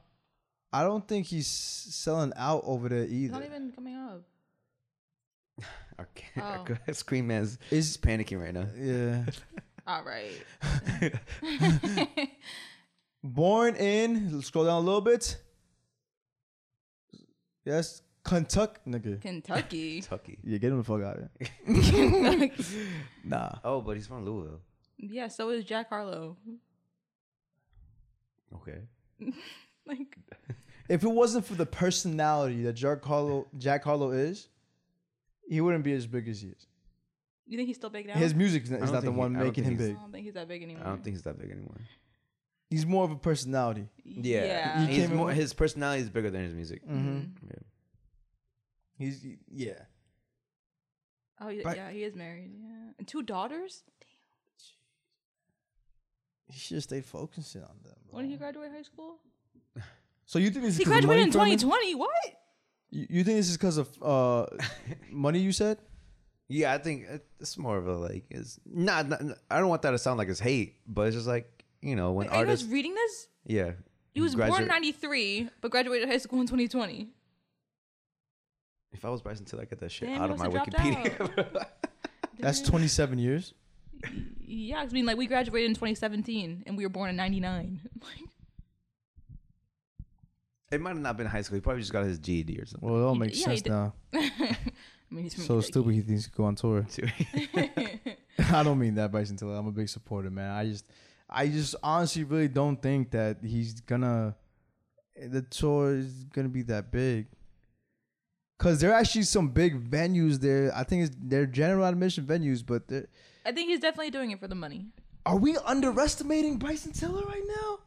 A: I don't think he's selling out over there
C: it's
A: either.
C: not even coming up.
B: Our, ca-
C: Oh.
B: our screen man's
A: Is-
B: is panicking right now.
A: yeah.
C: All right.
A: Born in, scroll down a little bit. Yes, Kentucky, nigga.
C: Kentucky.
B: Tucky.
A: Yeah, get him the fuck out of here. Nah.
B: Oh, but he's from Louisville.
C: yeah. So is Jack Harlow.
B: Okay.
C: Like
A: If it wasn't for the personality that Jack Harlow, Jack Harlow is, he wouldn't be as big as he is.
C: you think he's still big now?
A: His music is not,
B: I
A: is
B: don't
A: not the
B: think he-
A: one
B: I don't
A: making him
B: think
C: I
A: big.
C: don't think he's that big anymore.
B: I don't think he's that big anymore.
A: He's more of a personality.
B: Yeah.
A: You
B: He's
A: came in
B: more,
A: with-
B: his personality is bigger than his music. Yeah.
A: He's he- yeah.
C: Oh he-
A: But-
C: yeah, he is married. Yeah, and two daughters.
A: He should have stayed focusing on them. bro.
C: When did he graduate high school?
A: So you think this is
C: He
A: 'cause of money
C: graduated in
A: Furman?
C: 2020. What?
A: You you think this is because of uh, money? You said
B: Yeah, I think it- it's more of a like is not, not. I don't want that to sound like it's hate, but it's just like you know when
C: Wait, Are you guys
B: artists.
C: reading this?
B: yeah,
C: He was born
B: graduate-
C: in 93, but graduated high school in 2020.
B: If I was Bryson Tiller, I get that shit
C: Damn,
B: out
C: he
B: of my
C: must've dropped
B: Wikipedia.
A: that's twenty seven years.
C: Yeah, 'cause I mean, like, we graduated in 2017 and we were born in 99. Like,
B: it might have not been high school. He probably just got his GED or something.
A: Well, it all
C: He d-
A: makes
C: yeah, he
A: sense
C: did.
A: now.
C: I mean, he's from
A: So
C: Kentucky.
A: stupid he thinks he could go on tour. I don't mean that, Bryson Tiller. I'm a big supporter, man. I just, I just honestly really don't think that he's gonna, the tour is gonna be that big. Cause there are actually some big venues there. I think it's, they're general admission venues, but they're-
C: I think he's definitely doing it for the money.
A: are we underestimating Bryson Tiller right now?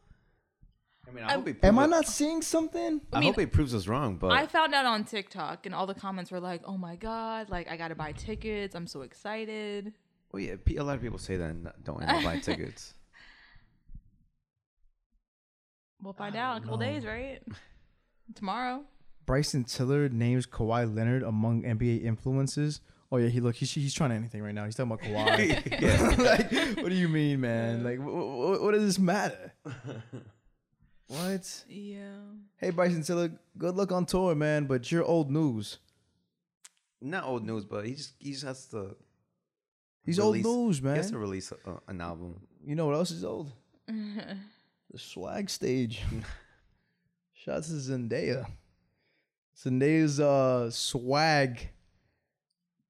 B: I mean, I, hope he proves,
A: Am I not seeing something?
B: I,
C: mean,
B: hope he proves us wrong, but
C: I found out on TikTok, and all the comments were like, "Oh my god! Like, I gotta buy tickets. I'm so excited."
B: well, oh, yeah, pe- a lot of people say that and not- don't end up buying tickets.
C: We'll find out in a couple days, right? Tomorrow.
A: Bryson Tiller names Kawhi Leonard among NBA influences. Oh yeah, he look he's he's trying anything right now. He's talking about Kawhi. like, what do you mean, man? Like, wh- wh- what does this matter? what?
C: Yeah.
A: Hey, Bryson Tiller, good luck on tour, man. But you're old news.
B: Not old news, but he just he just has to.
A: He's
B: release-
A: old news,
B: He
A: man.
B: has to release a, a- an album.
A: you know what else is old? the swag stage. Shout out to Zendaya. Zendaya's uh, swag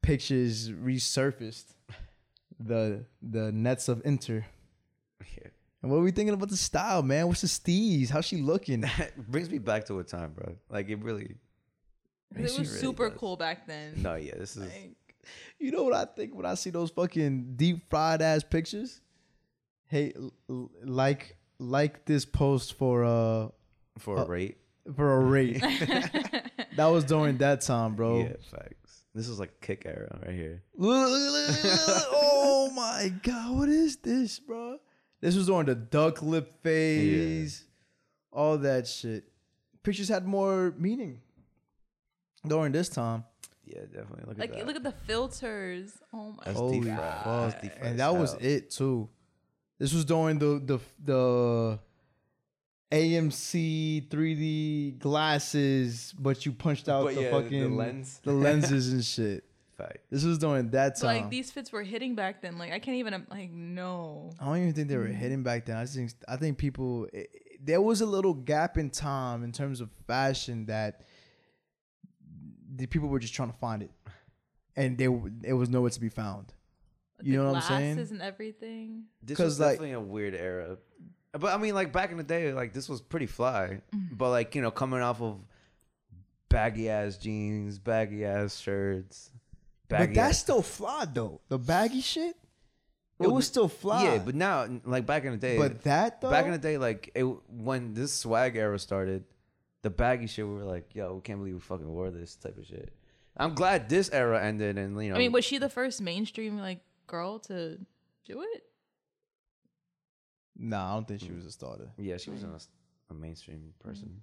A: pictures resurfaced. The the nets of Inter.
B: Yeah.
A: And what are we thinking about the style, man? What's the steez? How's she looking?
B: It brings me back to a time, bro. Like it really.
C: 'Cause It was
B: she really
C: super
B: does.
C: cool back then.
B: No, yeah, this is.
C: Like,
A: You know what I think when I see those fucking deep fried ass pictures? Hey, l- l- like like this post for uh
B: for a rate.
A: for a rate. that was during that time, bro.
B: Yeah, facts. This is like kick era right here.
A: oh my god, what is this, bro? This was during the duck lip phase, all that shit. Pictures had more meaning during this time.
B: Yeah, definitely. Look
C: like
B: at that.
C: look at the filters. Oh my.
B: That's
A: Holy
B: deep fried. That's
A: fuck.
B: deep fried
A: And that was
B: style.
A: it too. This was during the the the AMC 3D glasses, but you punched out
B: But
A: the
B: yeah, the- the
A: fucking
B: lens.
A: the lenses and shit.
B: fact.
A: This was during that
C: So,
A: time.
C: like these fits were hitting back then. Like I can't even like no.
A: I don't even think
C: Mm-hmm.
A: they were hitting back then. I just think I think people i- i- there was a little gap in time in terms of fashion that the people were just trying to find it, and they w- it was nowhere to be found. You
C: The
A: know what I'm saying?
C: Glasses and everything.
B: This
A: 'Cause,
B: was
A: like-
B: definitely a weird era. But I mean, like back in the day, like this was pretty fly.
A: Mm-hmm.
B: But like you know, coming off of baggy ass jeans, baggy ass shirts, baggy.
A: But that's
B: ass-
A: still fly though. The baggy shit, it
B: Well,
A: was still fly.
B: yeah. But now, like back in the day,
A: But that though,
B: back in the day, like it, when this swag era started, the baggy shit, we were like, yo, we can't believe we fucking wore this type of shit. I'm glad this era ended, and you know,
C: I mean, was she the first mainstream like girl to do it?
A: nah, I don't think she was a starter
B: yeah, she wasn't a s- a, mainstream person.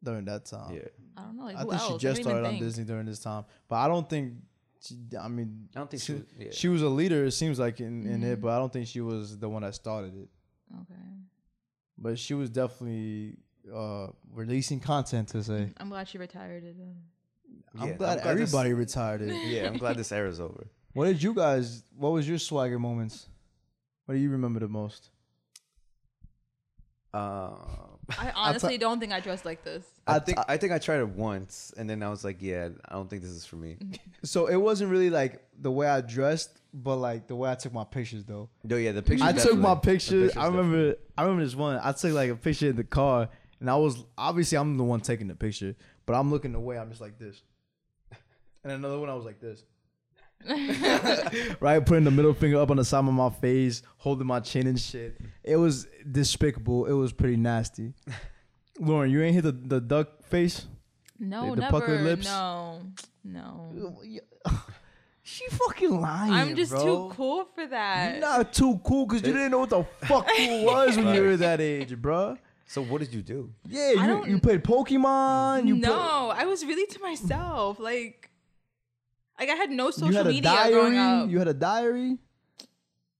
A: during that time.
B: Yeah,
C: I don't know. Like
A: I
C: who
A: think
C: else?
A: she just
C: I don't even
A: started on
C: think.
A: Disney during this time, but I don't think. She, I mean,
B: I don't think she. was- yeah.
A: she was a leader. It seems like in, in it, but I don't think she was the one that started it.
C: Okay.
A: But she was definitely uh, releasing content to say.
C: I'm glad she retired it. Then.
B: Yeah,
A: I'm glad
B: this-
A: everybody retired it.
B: yeah, I'm glad this era's over.
A: What did you guys? What was your swagger moments? What do you remember the most?
B: Uh,
C: I honestly don't think I dressed like this.
B: I think I think I tried it once, and then I was like, yeah, I don't think this is for me.
A: So it wasn't really like the way I dressed, but like the way I took my pictures though.
B: No, yeah, the picture.
A: I took my picture.
B: pictures
A: I remember. I remember this one. I took like a picture in the car, and I was obviously I'm the one taking the picture, but I'm looking away. I'm just like this, and another one I was like this. right, putting the middle finger up on the side of my face, holding my chin and shit. It was despicable. It was pretty nasty. Lauren, you ain't hit the, the duck face.
C: No,
A: The- the
C: never.
A: puckered lips?
C: No, no.
A: She fucking lying.
C: I'm just
A: bro.
C: too cool for
A: You're
C: that.
A: not too cool because you didn't know what the fuck cool was when you were that age, bruh.
B: So what did you do?
A: Yeah, you,
C: don't-
A: you played Pokemon. You
C: no,
A: played-
C: I was really to myself. Like, like I had no social
A: you had a
C: media growing
A: diary.
C: up.
A: You had a diary.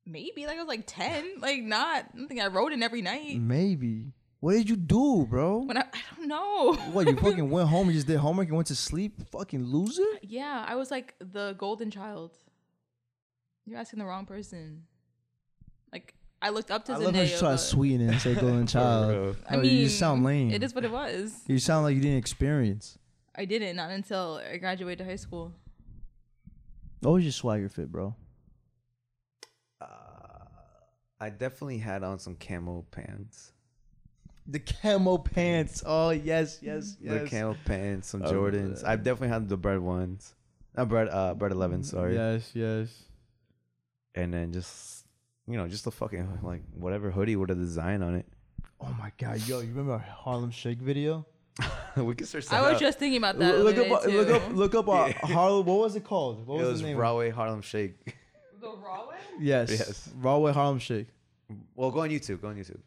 C: Maybe like I was like ten. Like not. I don't think I wrote in every
A: Mm.
C: night.
A: Maybe. What did you do, bro?
C: When I, I don't know.
A: What you fucking went home? You just did homework and went to sleep. Fucking loser.
C: Yeah, I was like the golden child. You're asking the wrong person. Like I looked up to
A: I
C: Zendaya.
A: love how you try to
C: but-
A: sweeten it and say golden child.
B: real.
A: Oh, you sound lame.
C: It is what it was.
A: You sound like you didn't experience.
C: I didn't not until I graduated high school.
A: What was your swagger fit, bro?
B: I definitely had on some camo pants.
A: The camo pants. Oh yes, yes,
B: The camo pants, some Jordans. I definitely had the bread ones. Uh, bread, uh, bread
A: Mm,
B: eleven. Sorry.
A: Yes, yes.
B: And then just you know, just the fucking like whatever hoodie with a design on it.
A: Oh my god, yo, you remember our Harlem Shake video?
B: we could search.
C: I
B: that
C: was
B: up.
C: just thinking about that.
A: L- look
C: the other
A: up,
C: day,
A: look
C: too.
A: up, look up our Harlem. What was it called? What
B: It
A: was,
B: was
A: the name?
B: Broadway Harlem Shake.
C: The raw one?
A: yes,
B: Yes.
A: Broadway Harlem Shake.
B: Well, go on YouTube. Go on YouTube.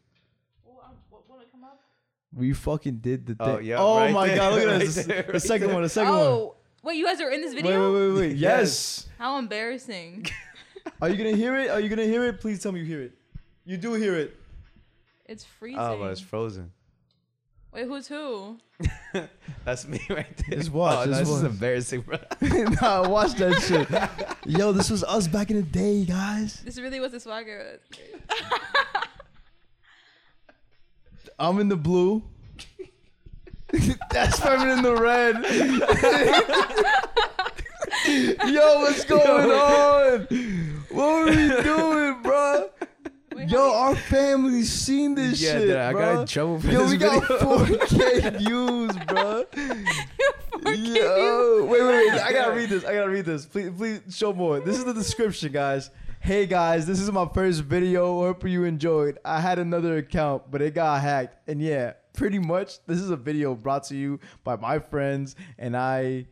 A: We fucking did the thing.
B: Oh,
A: Oh,
B: yeah, right
A: my
B: there,
A: god, look at
B: right
A: this.
B: there,
A: the
B: right
A: second one, the second one.
C: Oh, wait, you guys are in this
A: Wait,
C: video?
A: wait, wait, wait. yes.
C: How embarrassing.
A: Are you gonna hear it? Are you gonna hear it? Please tell me you hear it. You do hear it.
C: It's freezing.
B: Oh, but it's frozen.
C: wait, who's who?
B: That's me right there.
A: It's what?
B: Oh, no,
A: It's
B: this is
A: what?
B: embarrassing, bro.
A: nah, watch that shit. Yo, this was us back in the day, guys.
C: This really was the swagger. That's crazy.
A: I'm in the blue. That's Fermin in the red. Yo, what's going on? What were we doing, bro?
C: Wait, how
A: Yo, uh,
C: many-
A: our family seen this
B: Yeah,
A: shit,
B: dude, I got
A: bro.
B: in trouble for
A: Yo,
B: this
A: we got
B: video.
A: 4K views, bro. Yo, wait, wait, wait. I gotta read this. I gotta read this. Please, please show more. This is the description, guys. Hey guys, this is my first video. Hope you enjoyed. I had another account, but it got hacked. And yeah, pretty much, this is a video brought to you by my friends and I.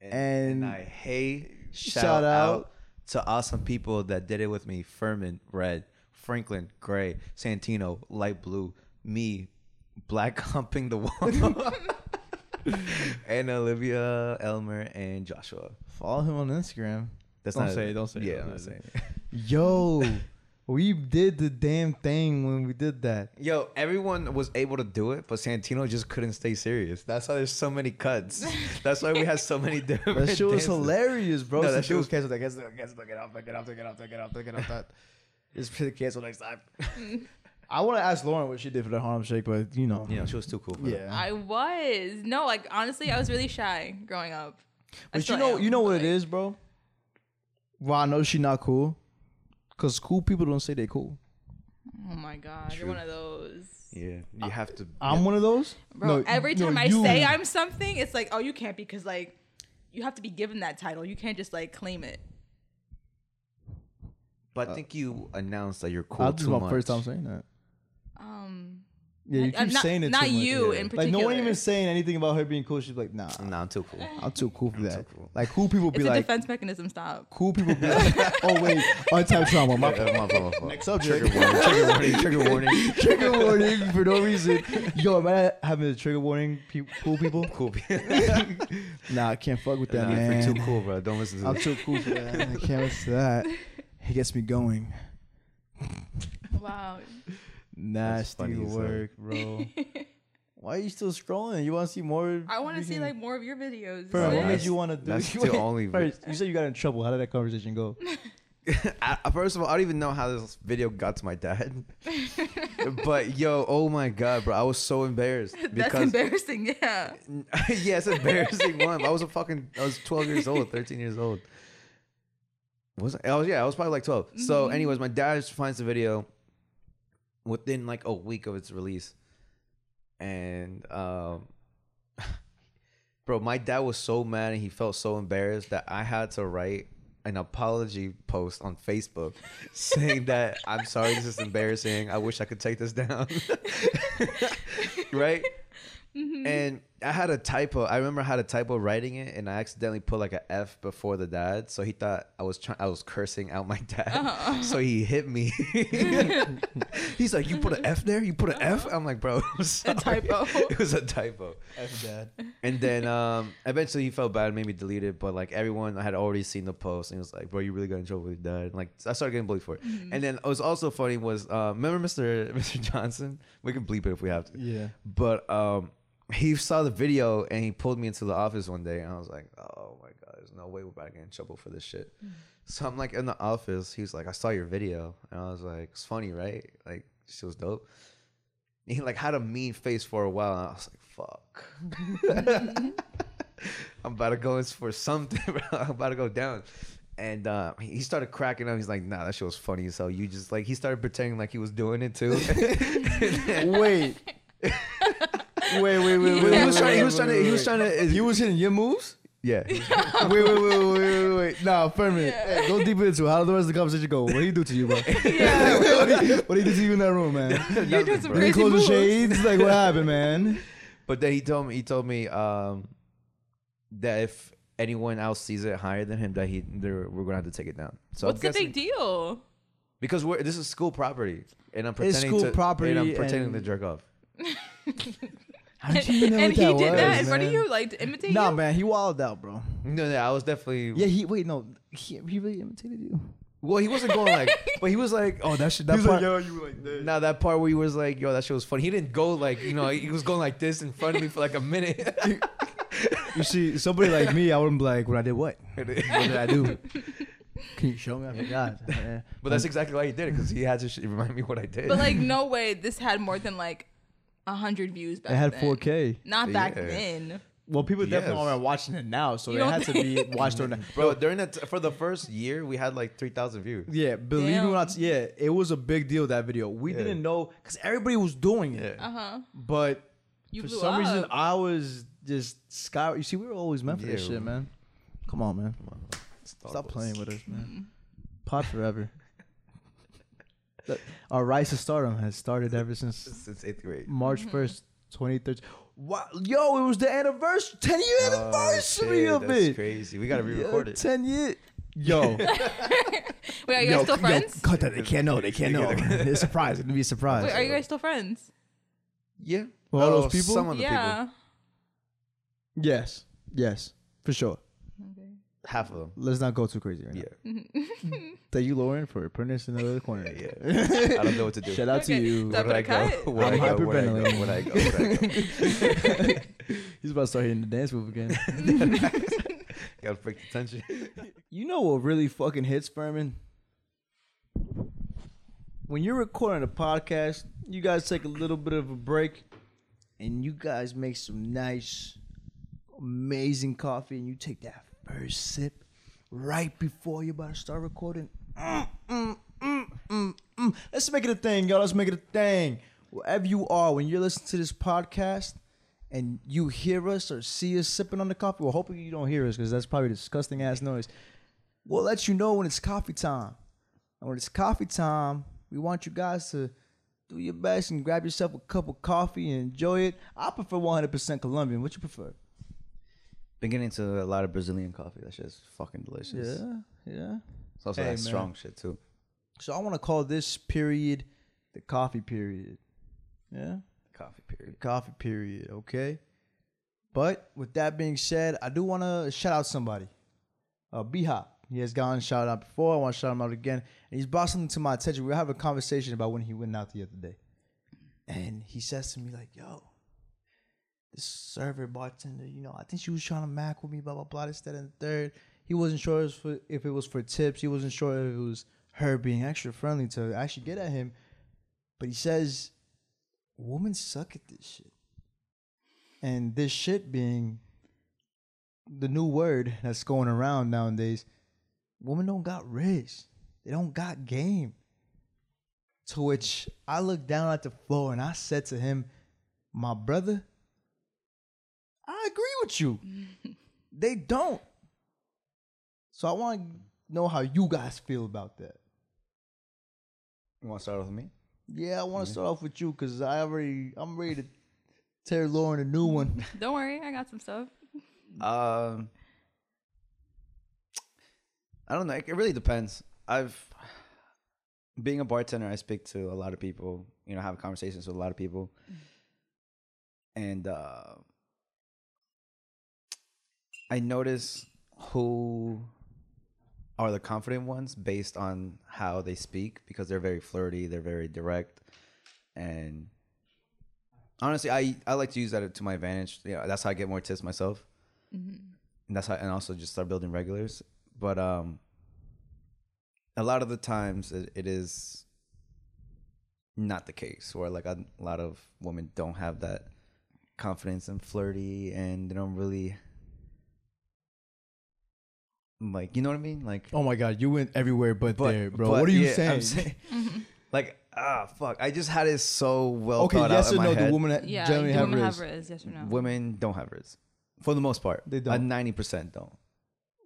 B: and,
A: And
B: I hey shout,
A: shout
B: out,
A: out-
B: to awesome people that did it with me: Furman, Red, Franklin, Gray, Santino, Light Blue, me, Black humping the wall, and Olivia, Elmer, and Joshua.
A: Follow him on Instagram.
B: That's
A: Don't
B: not
A: say it, don't say it,
B: Yeah,
A: don't
B: I'm not
A: say
B: saying.
A: Yo, We did the damn thing when we did that.
B: Yo, everyone was able to do it, but Santino just couldn't stay serious. That's why there's so many cuts. That's why we had so many different.
A: That shit was
B: dances.
A: hilarious, bro.
B: No,
A: So
B: that shit was-
A: canceled. I guess I guess get off, get off, get off, get off, get off that. It's pretty canceled next time. I want to ask Lauren what she did for the Harlem Shake, but you know,
B: You know, she was too cool. For that.
A: yeah.
C: I was no, like honestly, I was really shy growing up. I
A: But you
C: still
A: know,
C: am,
A: you know
C: but,
A: what it
C: like,
A: is, bro. Well, I know she not cool, cause cool people don't say they cool.
C: Oh my god, you're one of those.
B: Yeah, you have to.
A: Uh, I'm one of those.
C: Bro,
A: No,
C: every
A: no,
C: time I
A: you-
C: say I'm something, it's like, oh, you can't because like you have to be given that title. You can't just like claim it.
B: But I think you announced that you're cool
A: I'll- this is
B: too
A: my
B: much.
A: first time saying that.
C: Um,
A: Yeah, you
C: Uh,
A: keep
C: not-
A: saying it.
C: not
A: too much. Like
C: you in
A: no one
C: particular.
A: even saying anything about her being cool. She's like, nah,
B: Nah, I'm too cool.
A: I'm too cool for that.
B: cool.
A: Like cool people be
C: it's a
A: like,
C: defense mechanism. Stop.
A: cool people be like, oh wait, untapped trauma. My
B: Yeah, my fault, my fault.
A: Next subject.
B: Trigger warning. Trigger warning. Trigger warning.
A: trigger warning for no reason. Yo, am I having a trigger warning? Pe- cool people?
B: Cool.
A: Nah, I can't fuck with that,
B: nah,
A: man.
B: you're too cool, bro. Don't listen to
A: I'm
B: this.
A: too cool for that. I can't listen to that. He gets me going.
C: Wow.
A: Nasty
B: funny as hell.
A: work, bro. Why are you still scrolling? You want to see more?
C: I want to see
A: freaking-
C: like more of your videos.
A: Fern,
B: Oh,
A: what made
B: that's-
A: you want to do?
B: that's the only-
A: First, you said you got in trouble. How did that conversation go?
B: I, I- first of all, I don't even know how this video got to my dad. but yo, oh my god, bro, I was so embarrassed
C: That's embarrassing. Yeah.
B: yeah, it's embarrassing one. I was a fucking I was 12 years old, 13 years old. Was I? I was yeah, I was probably like 12. So anyways, my dad just finds the video within like a week of its release. And um bro, my dad was so mad and he felt so embarrassed that I had to write an apology post on Facebook saying that I'm sorry this is embarrassing. I wish I could take this down. right? And I had a typo. I remember I had a typo writing it, and I accidentally put like a F before the dad. So he thought I was trying. I was cursing out my dad. So he hit me. He's like, "You put an F there? You put an F?" I'm like, "Bro, I'm sorry.
C: typo.
B: It was a typo."
A: F dad.
B: And then um, eventually he felt bad and made me delete it. But like everyone had already seen the post and he was like, bro, you really got in trouble with that. And like I started getting bullied for it. And then what was also funny was uh, remember Mr. Mr. Johnson? We can bleep it if we have to.
A: Yeah.
B: But um, he saw the video and he pulled me into the office one day and I was like, oh my God, there's no way we're about to get in trouble for this shit. So I'm like in the office. He's like, I saw your video. And I was like, it's funny, right? Like, she was dope. And he like had a mean face for a while. And I was like, fuck. I'm about to go in for something, bro. I'm about to go down. And uh, he he started cracking up. He's like, nah, that shit was funny. So you just like, he started pretending like he was doing it too.
A: Wait. wait, wait, wait, wait.
B: he was
A: wait,
B: trying, he
A: wait,
B: was
A: wait,
B: trying to, he
A: wait,
B: was trying to,
A: wait. You was hitting your moves?
B: yeah.
A: wait, wait, wait, wait, wait, wait, wait. Nah, for a minute. Hey, go deeper into it. How did the rest of the conversation go? What did he do to you, bro? what did he do to you in that room, man?
C: You're doing some
A: Did he
C: crazy
A: close the
C: moves.
A: shades? Like, what happened, man?
B: But then he told me he told me um, that if anyone else sees it higher than him, that he they're, we're gonna have to take it down. So I'm
C: What's the
B: guessing-
C: big deal?
B: Because we're this is school property, and I'm pretending
A: school
B: to,
A: property
B: and I'm pretending
A: and-
B: to jerk off.
A: How
C: And,
A: did you even know
C: and
A: what
C: he
A: that
C: did
A: was,
C: that in front
A: man?
C: of you, like to imitate
A: Nah,
C: you.
A: man, he wilded out, bro.
B: No, no, I was definitely.
A: Yeah, he wait, no, he, he really imitated you.
B: Well, he wasn't going like, but he was like, oh, that shit. That
A: He was like,
B: part. you like Now that part where he was like, yo, that shit was funny. He didn't go like, you know, he was going like this in front of me for like a minute.
A: You see, somebody like me, I wouldn't be like, when I did what?
B: but
A: What did I do? Can you show me? I forgot.
B: that's exactly why he did it because he had to sh- remind me what I did.
C: But like, no way, this had more than like hundred views back.
A: it had
C: then.
A: 4K.
C: Not back
B: Yeah.
C: then.
A: Well, people definitely
B: Yes.
A: aren't watching it now, so
C: You
A: it
C: don't
A: had to be watched on.
B: bro, during that t- for the first year, we had like three thousand views.
A: Yeah, believe me
C: Damn.
A: when I t- yeah, it was a big deal that video. We
B: Yeah.
A: didn't know because everybody was doing it,
C: Uh huh.
A: but
C: You
A: for
C: blew
A: some
C: up.
A: reason I was just sky. You see, we were always meant for this
B: Yeah.
A: shit, man. Come on, man. Stop playing with us, man. Pod forever. That- Our rise to stardom has started ever since
B: since eighth grade.
C: Mm-hmm.
A: March first, twenty thirteen. Wow, yo, it was the anniversary, ten year anniversary
B: Oh, shit,
A: of
B: that's
A: it.
B: crazy. We gotta
A: Yo,
B: re-record it.
A: Ten year. Yo,
C: Wait, are you guys
A: yo,
C: still
A: yo,
C: friends?
A: cut that. They can't know. They can't know. it's a surprise. It's gonna be a surprise.
C: Wait, are you guys still friends?
B: Yeah.
A: Well, all those people?
B: Some of the
C: Yeah.
A: Yes. Yes. For sure.
C: Okay.
B: half of them.
A: Let's not go too crazy right
B: Yeah,
A: That you, Lauren, for putting us in the other corner.
B: I don't know what to do.
A: Shout out to
C: Okay,
A: you.
C: so-
B: Where do I go?
C: Cut.
B: Where do I
A: I'm
B: go? Where do I go?
A: hyperventilating.
B: Where do I go? Where do I go?
A: He's about to start hitting the dance move again.
B: Gotta break the tension.
A: you know what really fucking hits, Furman? When you're recording a podcast, you guys take a little bit of a break and you guys make some nice, amazing coffee and you take that first sip right before you're about to start recording. Mm, mm, mm, mm, mm. Let's make it a thing, y'all. Let's make it a thing. Wherever you are, when you're listening to this podcast and you hear us or see us sipping on the coffee, well, hopefully you don't hear us because that's probably disgusting ass noise. We'll let you know when it's coffee time. And when it's coffee time, we want you guys to do your best and grab yourself a cup of coffee and enjoy it. I prefer 100% Colombian. What you prefer?
B: Been getting into a lot of Brazilian coffee. That shit's fucking delicious.
A: yeah.
B: It's also
A: Hey, man.
B: that strong shit too.
A: So I want to call this period the coffee period. Yeah.
B: Coffee period.
A: Coffee period, okay? But with that being said, I do want to shout out somebody. Uh, B Hop. He has gotten shouted out before. I want to shout him out again. And he's brought something to my attention. We were having a conversation about when he went out the other day. And he says to me, like, yo, this server bartender, you know, I think she was trying to mac with me, blah, blah, blah, this, that, and the third. He wasn't sure it was for, if it was for tips. He wasn't sure if it was her being extra friendly to actually get at him. But he says, women suck at this shit. And this shit being the new word that's going around nowadays, women don't got rich. They don't got game. To which I looked down at the floor and I said to him, My brother, I agree with you. they don't. So I want to know how you guys feel about that.
B: You want to start with me?
A: Yeah, I want to start off with you because I already I'm ready to tear Lauren a new one.
C: Don't worry, I got some stuff.
B: Um, I don't know. It it really depends. I've being a bartender, I speak to a lot of people. You know, have conversations with a lot of people, and uh, I notice who are the confident ones based on how they speak because they're very flirty, they're very direct, and honestly, I I like to use that to my advantage. Yeah, that's how I get more tips myself and that's how and also just start building regulars but um a lot of the times it, it is not the case where like a lot of women don't have that confidence and flirty and they don't really like you know what i mean like
A: Oh my god, you went everywhere but, there, bro.
B: but
A: what are you
B: yeah,
A: saying?
B: I'm
C: Mm-hmm.
B: like ah fuck i just had it so well
A: okay,
B: thought
A: yes or
B: out in
A: no?
B: my head.
A: Do women ha-
C: Yeah,
A: generally
C: do
A: have
C: women
A: riz?
C: have riz? Yes or no?
B: women don't have ribs for the most part
A: They
B: Uh,
A: don't.
B: 90% don't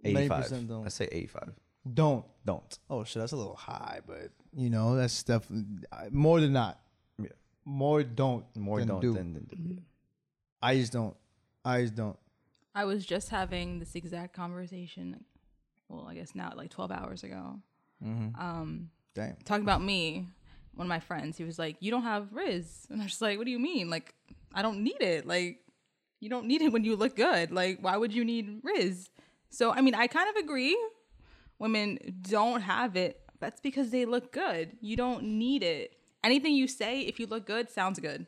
B: 85
A: 90% don't.
B: i say 85
A: Don't.
B: don't
A: Oh shit, that's a little high, but you know that's definitely I- more than not.
B: Yeah.
A: More don't.
B: more
A: than
B: don't
A: do.
B: than, than do.
A: I just don't. I just don't.
C: I was just having this exact conversation. like, Well, I guess now like twelve hours ago. Um,
A: Damn.
C: talking about me, one of my friends, he was like, "You don't have riz," and I was just like, "What do you mean? Like, I don't need it. Like, you don't need it when you look good. Like, why would you need riz?" So, I mean, I kind of agree. Women don't have it. That's because they look good. You don't need it. Anything you say, if you look good, sounds good.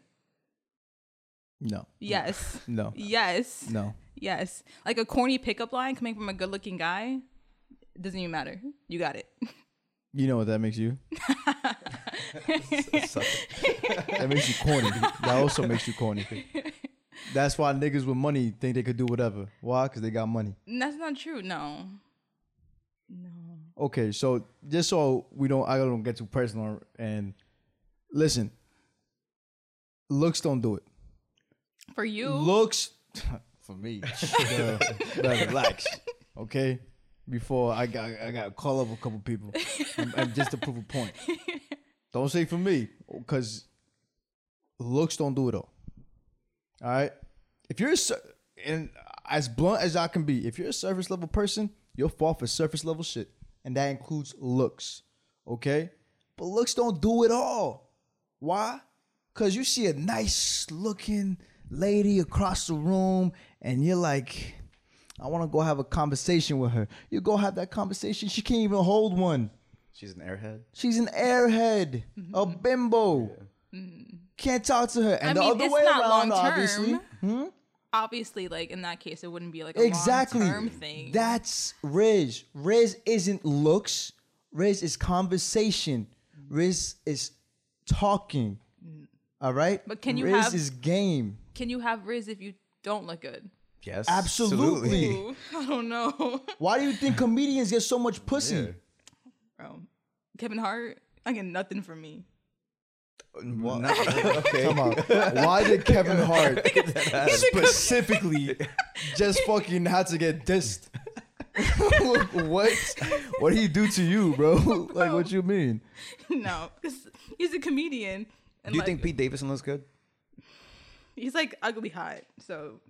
A: No.
C: Yes.
A: No.
C: Yes.
A: No.
C: Yes. Like a corny pickup line coming from a good looking guy doesn't even matter. You got it.
A: You know what that makes you? that makes you corny. That also makes you corny. That's why niggas with money think they could do whatever. Why? Because they got money.
C: And that's not true. No. No.
A: Okay, so just so we don't, I don't get too personal. And listen, looks don't do it.
C: For you,
A: Looks for me. Duh, duh, relax. Okay. Before I got, I got to call up a couple people, and, and just to prove a point. Don't say for me, because looks don't do it all. All right. If you're a, sur- and as blunt as I can be, if you're a surface level person, you'll fall for surface level shit, and that includes looks. Okay, but looks don't do it all. Why? Cause you see a nice looking lady across the room, and you're like, I want to go have a conversation with her. You go have that conversation. She can't even hold one.
B: She's an airhead.
A: She's an airhead, a bimbo. Can't talk to her. And
C: Mm-hmm.
A: the
C: I mean,
A: other
C: it's
A: way
C: not
A: around,
C: long-term.
A: obviously.
C: Obviously, like in that case, it wouldn't be like a
A: Exactly.
C: long-term thing.
A: That's Riz. Riz isn't looks. Riz is conversation.
C: Mm-hmm.
A: Riz is talking. All right.
C: Mm. But can you
A: Riz
C: have-
A: is game.
C: Can you have Riz if you don't look good?
B: Yes.
A: Absolutely.
C: Ooh, I don't know.
A: Why do you think comedians get so much pussy?
B: Yeah.
C: Bro, Kevin Hart, I get nothing from me.
B: Well, okay.
A: Come on. Why did Kevin Hart specifically just fucking had to get dissed? what? What do you do to you, bro? Like, what you mean?
C: no, 'cause he's a comedian. And
B: Do you
C: like,
B: think Pete Davidson looks good?
C: he's like ugly hot? So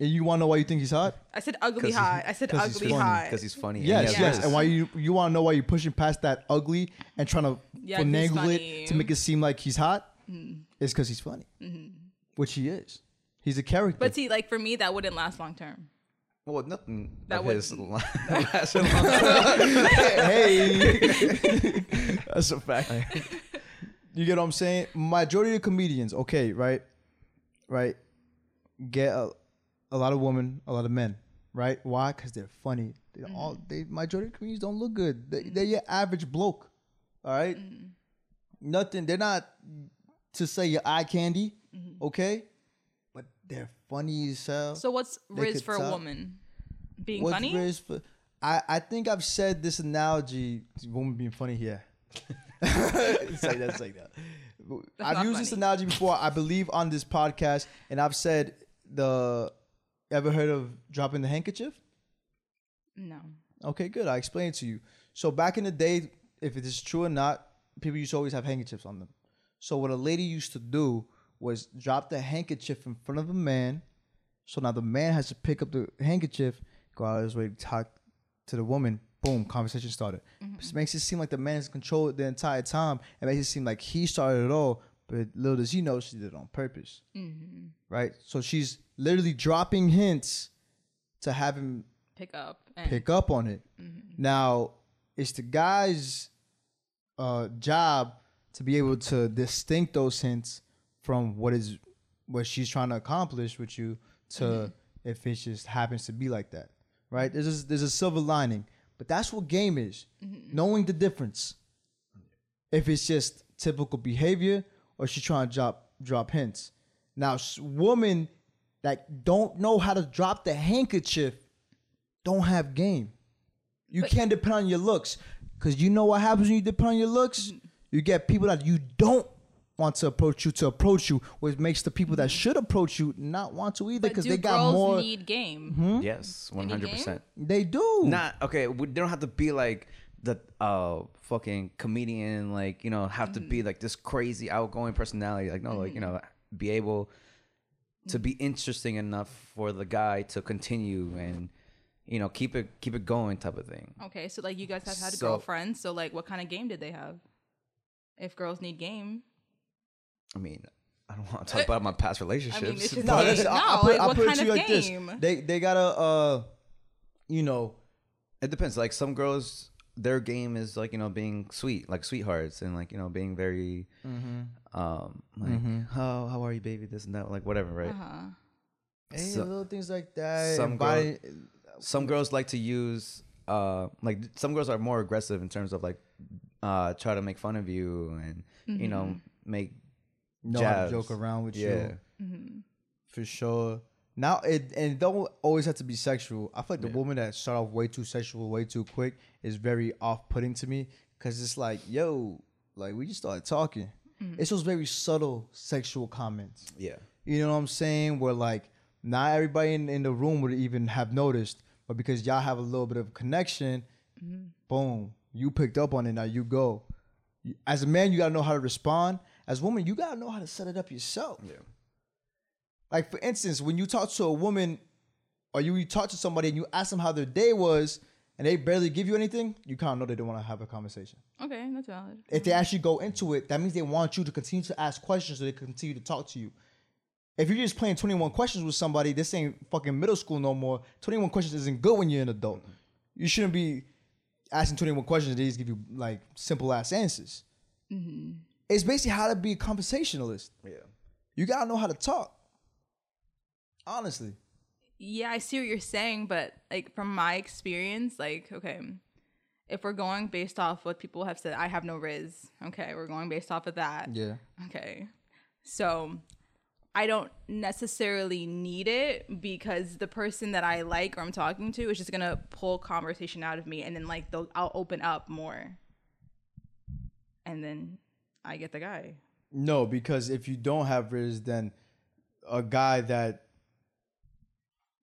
A: And you want to know why you think he's hot?
C: I said ugly
B: 'Cause he-
C: hot. I said
A: 'cause he's
C: ugly
A: funny,
C: hot.
B: Because he's funny. and he
A: Yes,
B: has
A: yes.
B: Riz.
A: And why you you want to know why you're pushing past that ugly and trying to
C: Yeah, he's
A: finagle
C: funny. Mm-hmm.
A: it to make it seem like he's hot? It's because he's funny, which he is. He's a character.
C: but see, like for me, that wouldn't last long term.
B: Well, nothing
C: That
B: of
C: would-
B: his li- lasts long.
A: hey, that's a fact. You get what I'm saying? Majority of comedians, okay, right, right, get a, a lot of women, a lot of men, right? Why? Because they're funny. They all they majority of comedians don't look good. They, They're your average bloke, all right? Nothing. They're not to say your eye candy, okay? But they're funny as hell.
C: So what's
A: They
C: Riz
A: could
C: for a
A: tell-
C: woman? Being
A: What's
C: funny?
A: Riz for- I, I think I've said this analogy. Woman being funny here. it's like that. It's like that. I've
C: not
A: used this
C: funny.
A: analogy before. I believe on this podcast, and I've said the. Ever heard of dropping the handkerchief?
C: No.
A: Okay, good. I explained it to you. So back in the day, if it is true or not, people used to always have handkerchiefs on them. So what a lady used to do was drop the handkerchief in front of a man. So now the man has to pick up the handkerchief, go out of his way to talk to the woman. Boom, conversation started. This makes it seem like the man is controlled the entire time. It makes it seem like he started it all. But little does he know she did it on purpose. Right? So she's literally dropping hints to have him
C: Pick up. And
A: pick up on it. Now, it's the guy's uh, job to be able to distinct those hints from what is what she's trying to accomplish with you to if it just happens to be like that, right? There's a, there's a silver lining, but that's what game is, knowing the difference. If it's just typical behavior or she trying to drop drop hints. Now, s- women that don't know how to drop the handkerchief don't have game. You can't depend on your looks. Cause you know what happens when you depend on your looks?
C: Mm-hmm.
A: You get people that you don't want to approach you to approach you, which makes the people that should approach you not want to either
C: Mm-hmm. But
A: because
C: do
A: they got
C: girls
A: more
C: need game?
B: yes, one hundred percent.
A: they do.
B: Not okay. we- They don't have to be like the uh fucking comedian. Like you know, have to be
C: Mm.
B: like this crazy outgoing personality. Like no, like you know,
C: Mm-hmm.
B: be able to be interesting enough for the guy to continue and you know keep it keep it going type of thing.
C: Okay, so like you guys have had
B: So-
C: girlfriends, so like what kind of game did they have? If girls need game,
B: I mean, I don't want to talk about my past relationships.
C: Uh, it's
B: but-
C: just
A: No, that's, I, I
C: No,
A: put,
C: like,
A: I
C: what
A: put it
C: kind
A: to you
C: of
A: like this.
C: game?
A: They they gotta uh you know
B: It depends. Like some girls, their game is like you know being sweet, like sweethearts, and like you know being very,
C: Mm-hmm.
B: um, like oh how are you, baby, this and that, like whatever, right?
A: hey,
B: So-
A: little things like that.
B: some
A: Some body,
B: Some girls like to use, uh, like some girls are more aggressive in terms of like, uh, try to make fun of you and you know
C: Mm-hmm.
B: make
A: know how to
B: jabs.
A: joke around with
B: yeah.
A: you. for sure. Now it and it don't always have to be sexual. I feel like the woman that start off way too sexual, way too quick, is very off putting to me because it's like, yo, like we just started talking. It's those very subtle sexual comments.
B: yeah,
A: You know what I'm saying? Where like not everybody in, in the room would even have noticed, but because y'all have a little bit of connection, boom, you picked up on it. Now you go. You- As a man, you gotta know how to respond. As a woman, you gotta know how to set it up yourself.
B: Yeah.
A: Like for instance, when you talk to a woman, or you, you talk to somebody and you ask them how their day was, and they barely give you anything, you kind of know they don't want to have a conversation.
C: okay, that's valid.
A: If they actually go into it, that means they want you to continue to ask questions so they can continue to talk to you. If you're just playing 21 questions with somebody, this ain't fucking middle school no more. 21 questions isn't good when you're an adult. You shouldn't be asking 21 questions. They just give you like simple ass answers. It's basically how to be a conversationalist.
B: Yeah.
A: You gotta know how to talk. Honestly.
C: yeah, I see what you're saying, but like from my experience, like, okay, if we're going based off what people have said, I have no riz. Okay, we're going based off of that.
A: Yeah.
C: Okay. So I don't necessarily need it because the person that I like or I'm talking to is just gonna pull conversation out of me and then like they'll, I'll open up more. And then I get the guy.
A: No, because if you don't have Riz, then a guy that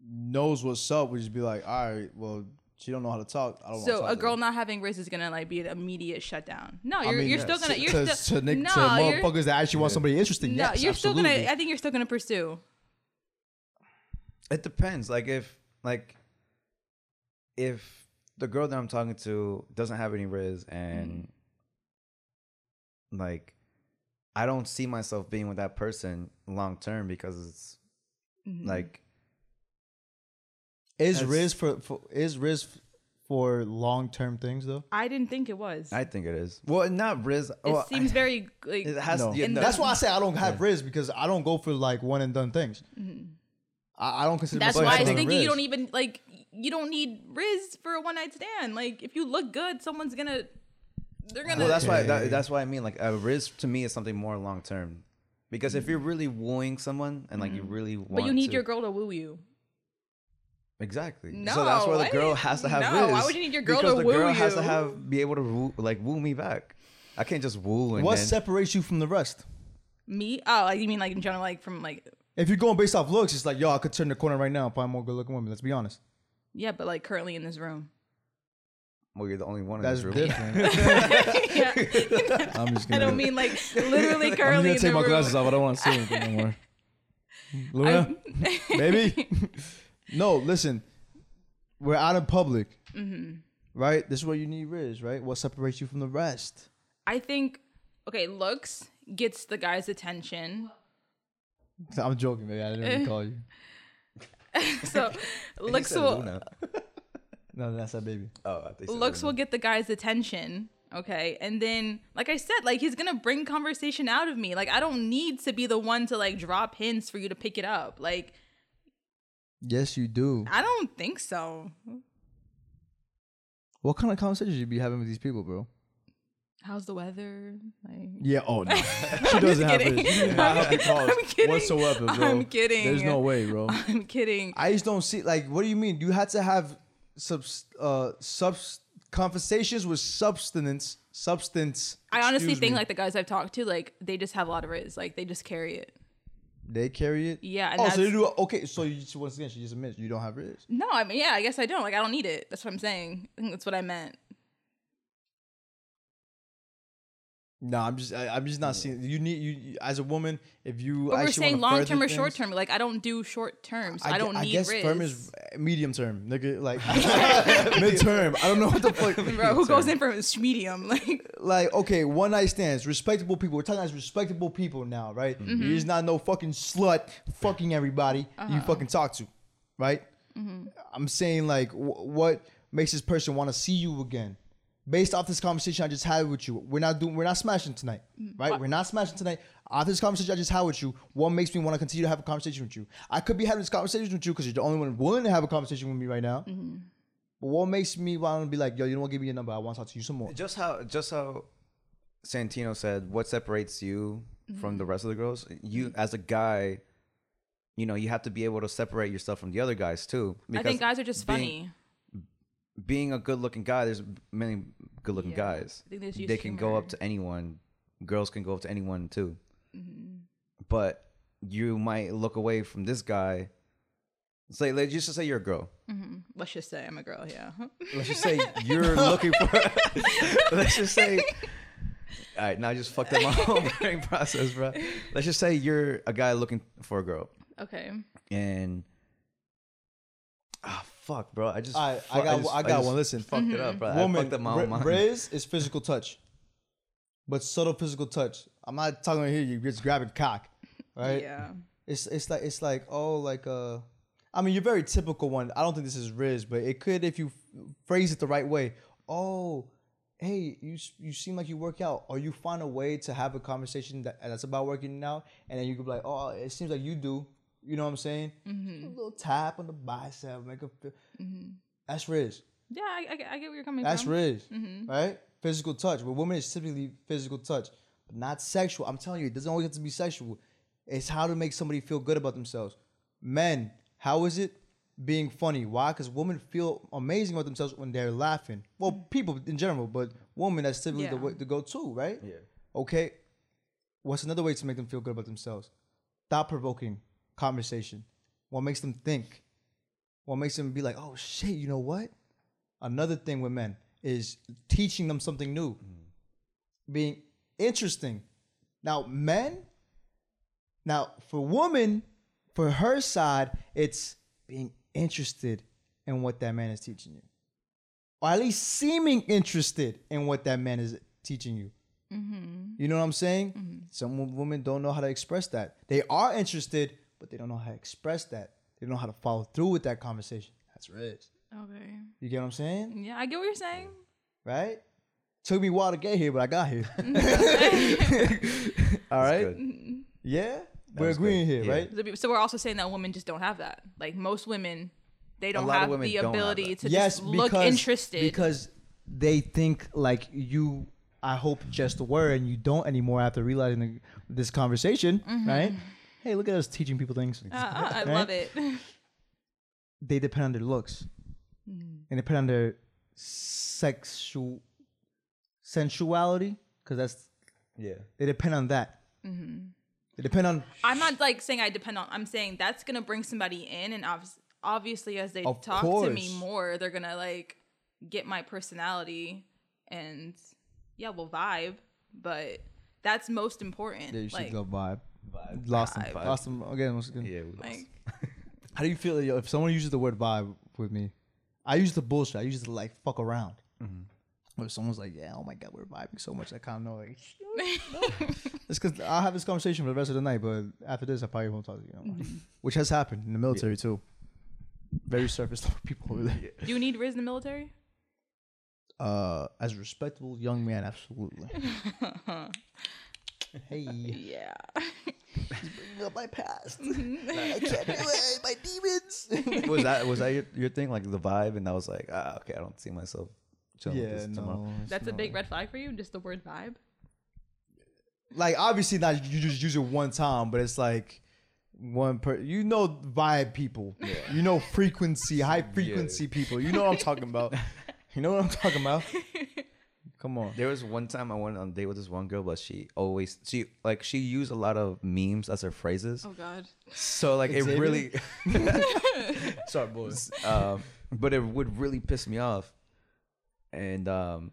A: knows what's up would just be like, all right, well, she don't know how to talk. I don't wanna
C: So
A: talk
C: a
A: to
C: girl
A: her."
C: not having riz is gonna like be an immediate shutdown. No,
A: I
C: you're,
A: mean,
C: you're
A: yeah,
C: still gonna
A: to,
C: you're
A: to,
C: still
A: to, Nick,
C: no
A: to
C: you're,
A: motherfuckers that actually want somebody interesting.
C: no
A: yes,
C: you're still
A: absolutely.
C: gonna. I think you're still gonna pursue.
B: It depends. Like if like if the girl that I'm talking to doesn't have any riz and
C: Mm-hmm.
B: like I don't see myself being with that person long term because it's
C: Mm-hmm.
B: like
A: Is
B: That's-
A: Riz for, for is Riz f- for long term things though?
C: I didn't think it was.
B: I think it is. Well, not riz.
C: it
A: oh,
B: well,
C: seems very like
B: it has
A: No.
B: yeah,
C: In
B: no.
C: the-
A: That's why I say I don't have Riz because I don't go for like one and done things. I, I don't consider.
C: Mm-hmm. That's
A: myself
C: why I
A: to
C: was
A: be
C: thinking
A: Riz.
C: you don't even like you don't need Riz for a one night stand. Like if you look good, someone's gonna they're gonna
B: Well, that's why
A: Okay.
B: that, that's why I mean like a riz to me is something more long term, because if you're
A: Mm.
B: really wooing someone and like you really want,
C: but you need
B: to-
C: your girl to woo you.
B: exactly.
C: No,
B: so that's why the
C: why-
B: girl has to have
C: no,
B: riz.
C: why would you need your girl
B: because
C: to
B: the
C: woo
B: girl has
C: you?
B: to have be able to woo, like woo me back. I can't just woo and
A: What
B: then,
A: separates you from the rest?
C: Me? Oh, like, you mean like in general, like from like
A: If you're going based off looks, it's like yo, I could turn the corner right now and find more good looking women. Let's be honest.
C: yeah, but like currently in this room.
B: well you're the only one in
A: That's
B: this room.
A: different.
C: yeah,
D: I'm just
C: I
D: gonna.
C: don't mean like literally
D: I'm
C: currently
D: gonna
C: in the
D: take my
C: room.
D: glasses off. I don't want to see anything anymore. Luna,
A: Maybe. no, listen. We're out in public.
C: Mm-hmm.
A: Right? This is where you need Riz, right? What separates you from the rest?
C: I think okay, looks gets the guy's attention.
A: I'm joking, baby. I didn't even call you.
C: So
B: You
C: looks
B: said
C: will
B: Luna.
A: No, that's that baby.
B: Oh, I think
C: looks will get the guy's attention okay and then like i said like he's gonna bring conversation out of me like i don't need to be the one to like drop hints for you to pick it up like
A: Yes, you do.
C: i don't think so
A: What kind of conversations you be having with these people, bro?
C: how's the weather like
D: yeah, oh no, she doesn't
C: I'm just
D: have
C: kidding.
D: it. She does not have the calls
C: I'm kidding.
D: whatsoever, bro.
C: I'm kidding.
D: There's no way, bro.
C: i'm kidding
A: I just don't see like what do you mean? You had to have sub uh sub conversations with substance substance.
C: i honestly
A: excuse
C: think
A: me.
C: like the guys i've talked to like they just have a lot of riz like they just carry it
A: they carry it.
C: Yeah, and
A: oh, so
C: that's-
A: you do okay. So you just, once again, she just admits you don't have Riz.
C: no i mean yeah i guess i don't like i don't need it that's what i'm saying i think that's what i meant
A: No, I'm just I, I'm just not seeing you need you- you as a woman if you.
C: but we're
A: actually
C: saying
A: wanna further
C: long term or
A: things-
C: short term like i don't do short term so i,
A: gue-
C: don't
A: I
C: need
A: guess
C: riz
A: firm is medium term, nigga. Like midterm. I don't know what the fuck.
C: Bro, who goes in for a medium? Like,
A: Like okay, one night stands, respectable people. We're talking as respectable people now, right? You're just not no fucking slut fucking everybody you fucking talk to, right? I'm saying like wh- what makes this person want to see you again, based off this conversation I just had with you. We're not doing, we're not smashing tonight, right? We're not smashing tonight. After this conversation I just had with you, what makes me want to continue to have a conversation with you? I could be having this conversation with you because you're the only one willing to have a conversation with me right now. But what makes me want to be like, yo, you don't want to give me your number? I want to talk to you some more.
B: just how just how Santino said what separates you from
C: Mm-hmm.
B: the rest of the girls you as a guy you know you have to be able to separate yourself from the other guys too
C: I think
B: because
C: guys are just
B: being-
C: funny.
B: being a good looking guy, there's many good looking
C: Yeah.
B: guys.
C: I think there's just
B: they can go
C: humor.
B: up to anyone. Girls can go up to anyone too.
C: Mm-hmm.
B: But you might look away from this guy. Say, let's just say you're a girl.
C: Let's just say I'm a girl, yeah.
B: Let's just say you're looking for. let's just say. All right, now I just fucked up my whole brain process, bro. Let's just say you're a guy looking for a girl,
C: okay.
B: and ah, fuck, bro, I just
A: All right, I
B: fu-
A: got-
B: just-
A: I got
B: just
A: one. Listen.
B: fucked it
C: Mm-hmm.
B: up, bro. I
A: woman,
B: fucked up my own
A: Ri-
B: mind.
A: Riz is physical touch, but subtle physical touch. I'm not talking here. You're just grabbing cock, right?
C: Yeah.
A: It's it's like it's like oh like uh, I mean you're very typical one. I don't think this is Riz, but it could if you f- phrase it the right way. Oh, hey, you s- you seem like you work out, or you find a way to have a conversation that, that's about working out, and then you could be like, oh, it seems like you do. You know what I'm saying? A little tap on the bicep, make a. feel That's Riz.
C: Yeah, I, I, get- I get where you're coming
A: That's
C: from.
A: Riz, right? Physical touch. With women, it's typically physical touch, but not sexual. I'm telling you, it doesn't always have to be sexual. It's how to make somebody feel good about themselves. Men, how is it being funny? Why? Because women feel amazing about themselves when they're laughing. Well, people in general, but women, that's typically the
C: Yeah.
A: way to go to, right? Yeah. Okay. What's another way to make them feel good about themselves? Thought provoking conversation. What makes them think? What makes them be like, oh shit, you know what? Another thing with men is teaching them something new, being interesting. Now, men, now for women, for her side, it's being interested in what that man is teaching you, or at least seeming interested in what that man is teaching you. You know what I'm saying? Some wo- women don't know how to express that. They are interested, but they don't know how to express that. They don't know how to follow through with that conversation. That's right.
C: Okay.
A: You get what I'm saying?
C: Yeah, I get what you're saying.
A: Right? Took me a while to get here, but I got here. All
B: That's
A: right?
B: good.
A: Yeah? We're
B: was
A: agreeing
B: good.
A: here,
B: Yeah.
A: right?
C: So be- So we're also saying that women just don't have that. Like most women, they don't
B: lot of
C: have
B: women
C: the
B: don't have
C: ability
B: that.
C: to just look interested.
A: Because they think like you. I hope just were, and you don't anymore after realizing the, this conversation, right? Hey, look at us teaching people things.
C: Mm-hmm. Uh, uh, I love it.
A: They depend on their looks,
C: Mm.
A: and depend on their sexual sensuality, because that's
B: Yeah.
A: they depend on that.
C: Mm-hmm.
A: They depend on
C: I'm not like saying I depend on. I'm saying that's gonna bring somebody in, and obvi- obviously, as they
A: Of
C: talk to me
A: course.
C: more, they're gonna like get my personality, and yeah, we'll vibe. But that's most important.
A: Yeah, you
C: like,
A: should go vibe. Lost him.
C: Vibe.
A: Lost him again. once again.
B: Yeah. we-
C: like
A: How do you feel yo, if someone uses the word vibe with me? I use the bullshit. I use the like fuck around.
B: Mm-hmm.
A: Or if someone's like, yeah, oh my god, we're vibing so much, I kind of know. Like, it's because I'll have this conversation for the rest of the night, but after this, I probably won't talk to you. No more.
C: Mm-hmm.
A: Which has happened in the military too. Very surface level people over there.
C: do you need Riz in the military?
A: Uh, as a respectable young man, absolutely. hey.
C: Yeah.
A: bringing up my past.
C: Mm-hmm.
A: I can't do it. My demons.
B: was that was that your, your thing? Like the vibe, and I was like, ah, okay, I don't see myself chilling with
A: yeah,
B: this tomorrow.
A: no.
C: That's a big red flag for you, just the word vibe.
A: Like obviously not. You just use it one time, but it's like one per. You know vibe people. You know frequency, high frequency people. You know what I'm talking about. You know what I'm talking about. Come on.
B: There was one time I went on a date with this one girl, but she always she like she used a lot of memes as her phrases.
C: Oh God.
B: So like it
A: Xavier?
B: really,
A: Sorry, boys.
B: um, but it would really piss me off. And um,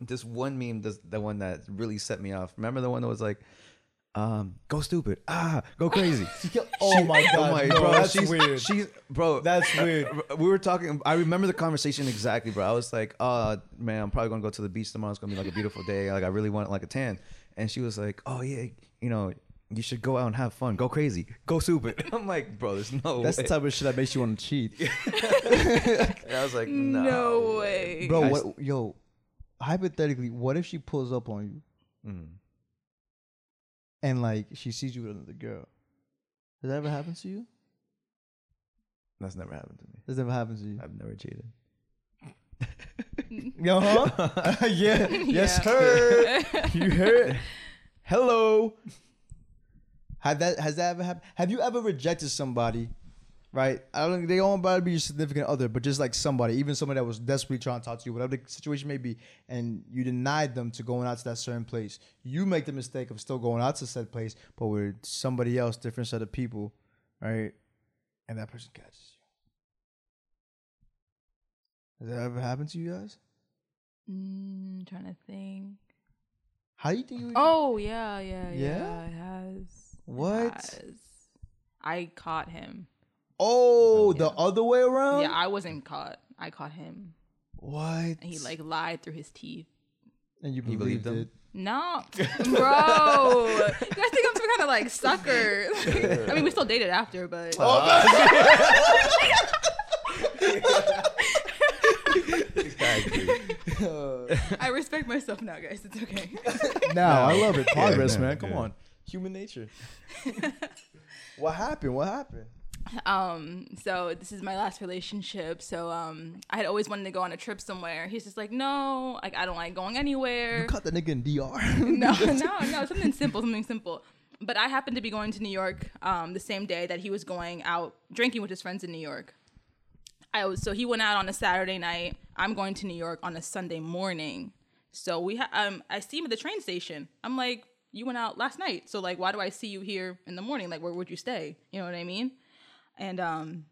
B: this one meme, this the one that really set me off. Remember the one that was like, um, "Go stupid, ah, go crazy."
A: Oh my god, no,
B: bro,
A: that's
B: she's,
A: weird.
B: She's bro,
A: That's weird.
B: Uh, we were talking. I remember the conversation exactly, bro. I was like, "Oh man, I'm probably gonna go to the beach tomorrow. It's gonna be like a beautiful day. Like I really want like a tan." And she was like, "Oh yeah, you know, you should go out and have fun. Go crazy. Go stupid." I'm like, "Bro, there's no."
A: That's the
B: way."
A: type of shit that makes you want to cheat,
B: And I was like, "No."
C: No way.
A: bro.
B: I
A: What, yo, hypothetically, what if she pulls up on you
B: Mm.
A: and like she sees you with another girl? Has that ever happened to you?
B: That's never happened to me.
A: That's never happened to you.
B: I've never cheated.
A: Uh-huh. yeah. Yes,
C: Yeah.
A: sir. you heard. Hello. Have that has that ever happened? Have you ever rejected somebody? Right? I don't they don't about to be your significant other, but just like somebody, even somebody that was desperately trying to talk to you, whatever the situation may be, and you denied them to going out to that certain place. You make the mistake of still going out to said place, but with somebody else, different set of people, right? And that person catches you. Has that ever happened to you guys?
C: Mm, trying to think.
A: How do you think you would
C: Oh yeah, yeah, yeah.
A: Yeah?
C: It has.
A: What?
C: It has. I caught him.
A: Oh, the other way around?
C: yeah, I wasn't caught. I caught him.
A: What?
C: And he like lied through his teeth.
A: and you
B: You
A: believed,
B: believed him?
A: it.
C: No, bro. You guys think I'm some kind of like sucker? I mean, we still dated after, but I respect myself now, guys. It's okay.
E: Now I love it. Progress,
B: yeah,
E: man. Come
B: yeah.
E: on. Human nature. what happened? What happened?
C: um so this is my last relationship so um i had always wanted to go on a trip somewhere he's just like no like i don't like going anywhere
E: You caught the nigga in DR.
C: no no no something simple something simple but i happened to be going to new york um the same day that he was going out drinking with his friends in new york i was so he went out on a saturday night i'm going to new york on a sunday morning so we ha- um i see him at the train station i'm like you went out last night so like why do i see you here in the morning like where would you stay you know what i mean and um,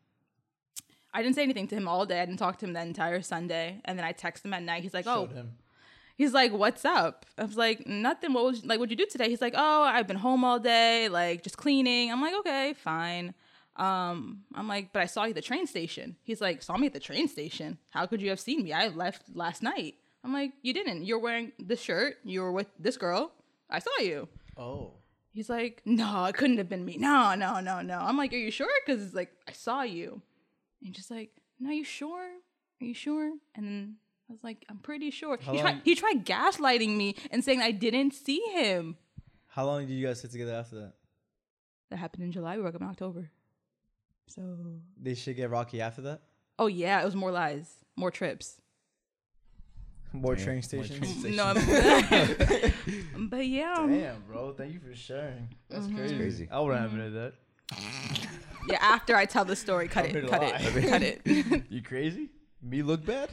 C: I didn't say anything to him all day. I didn't talk to him that entire Sunday. And then I text him at night. He's like, "Oh, he's like, what's up?" I was like, "Nothing. What was like? What'd you do today?" He's like, "Oh, I've been home all day, like just cleaning." I'm like, "Okay, fine." Um, I'm like, "But I saw you at the train station." He's like, "Saw me at the train station? How could you have seen me? I left last night." I'm like, "You didn't. You're wearing this shirt. You were with this girl. I saw you."
E: Oh.
C: He's like, no, it couldn't have been me. No, no, no, no. I'm like, are you sure? Because it's like, I saw you. And just like, no, you sure? Are you sure? And then I was like, I'm pretty sure. He tried,
A: long-
C: he tried gaslighting me and saying I didn't see him.
A: How long did you guys sit together after that?
C: That happened in July. We broke up in October. So,
A: Did shit get rocky after that?
C: oh yeah, it was more lies, more trips.
A: More train stations.
C: No, I'm- but yeah, um,
A: Damn, bro. Thank you for sharing. That's
C: Mm-hmm.
A: crazy.
B: crazy.
A: I wouldn't have admitted that.
C: yeah. After I tell the story, cut
A: I'm here
C: it,
A: to
C: cut
A: lie.
C: it, cut it.
A: You crazy?
E: Me look bad?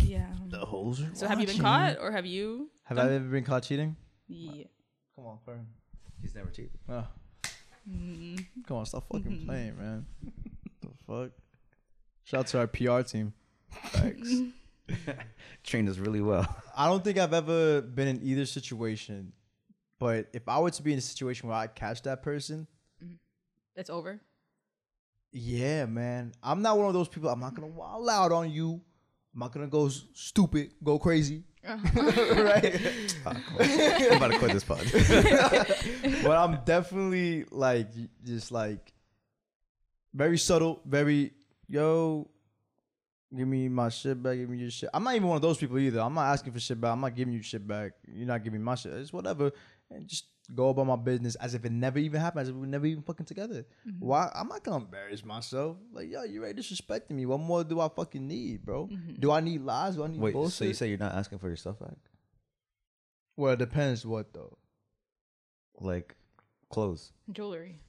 C: yeah.
E: The holes are.
C: So have you been caught or have you?
A: Have I ever been caught cheating?
C: Yeah.
A: Come on, Fern.
B: He's never cheated.
A: Oh,
E: Come on, stop fucking playing, man. the fuck? Shout out to our PR team. Thanks.
B: Trained us really well.
A: I don't think I've ever been in either situation, but if I were to be in a situation where I catch that person,
C: It's over.
A: yeah, man, I'm not one of those people. I'm not gonna wild out on you. I'm not gonna go s- stupid, go crazy.
C: Uh-huh.
B: Ah, I'm about to quit this pod.
A: but I'm definitely like just like very subtle, very yo. Give me my shit back. Give me your shit. I'm not even one of those people either. I'm not asking for shit back. I'm not giving you shit back. You're not giving me my shit. It's whatever, and just go about my business as if it never even happened, as if we were never even fucking together.
C: Mm-hmm.
A: Why? I'm not gonna embarrass myself. Like yo, you already disrespecting me. What more do I fucking need, bro?
C: Mm-hmm.
A: Do I need lies? Do I need
B: Wait,
A: bullshit?
B: so you say you're not asking for your stuff back?
A: well, it depends what though.
B: Like clothes?
C: Jewelry.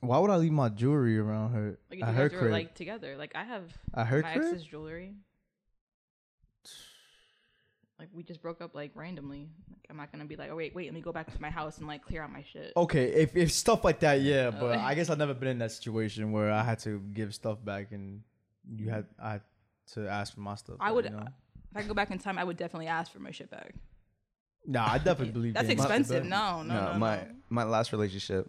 A: Why would I leave my jewelry around her?
C: Like
A: at
C: if you
A: her
C: guys were
A: crib.
C: like together. Like I have
A: at her
C: my
A: crib.
C: ex's jewelry. Like we just broke up like randomly. Like I'm not gonna be like, oh wait, wait, let me go back to my house and like clear out my
B: Oh.
C: shit.
A: Okay, if, if stuff like that, yeah, but I guess I've never been in that situation where I had to give stuff back and you had I had to ask for my stuff.
C: I would
A: You know?
C: if I could go back in time, I would definitely ask for my shit back.
A: Nah, I definitely believe
C: That's
A: in my-
C: expensive. No, no, no. no,
B: my my last relationship,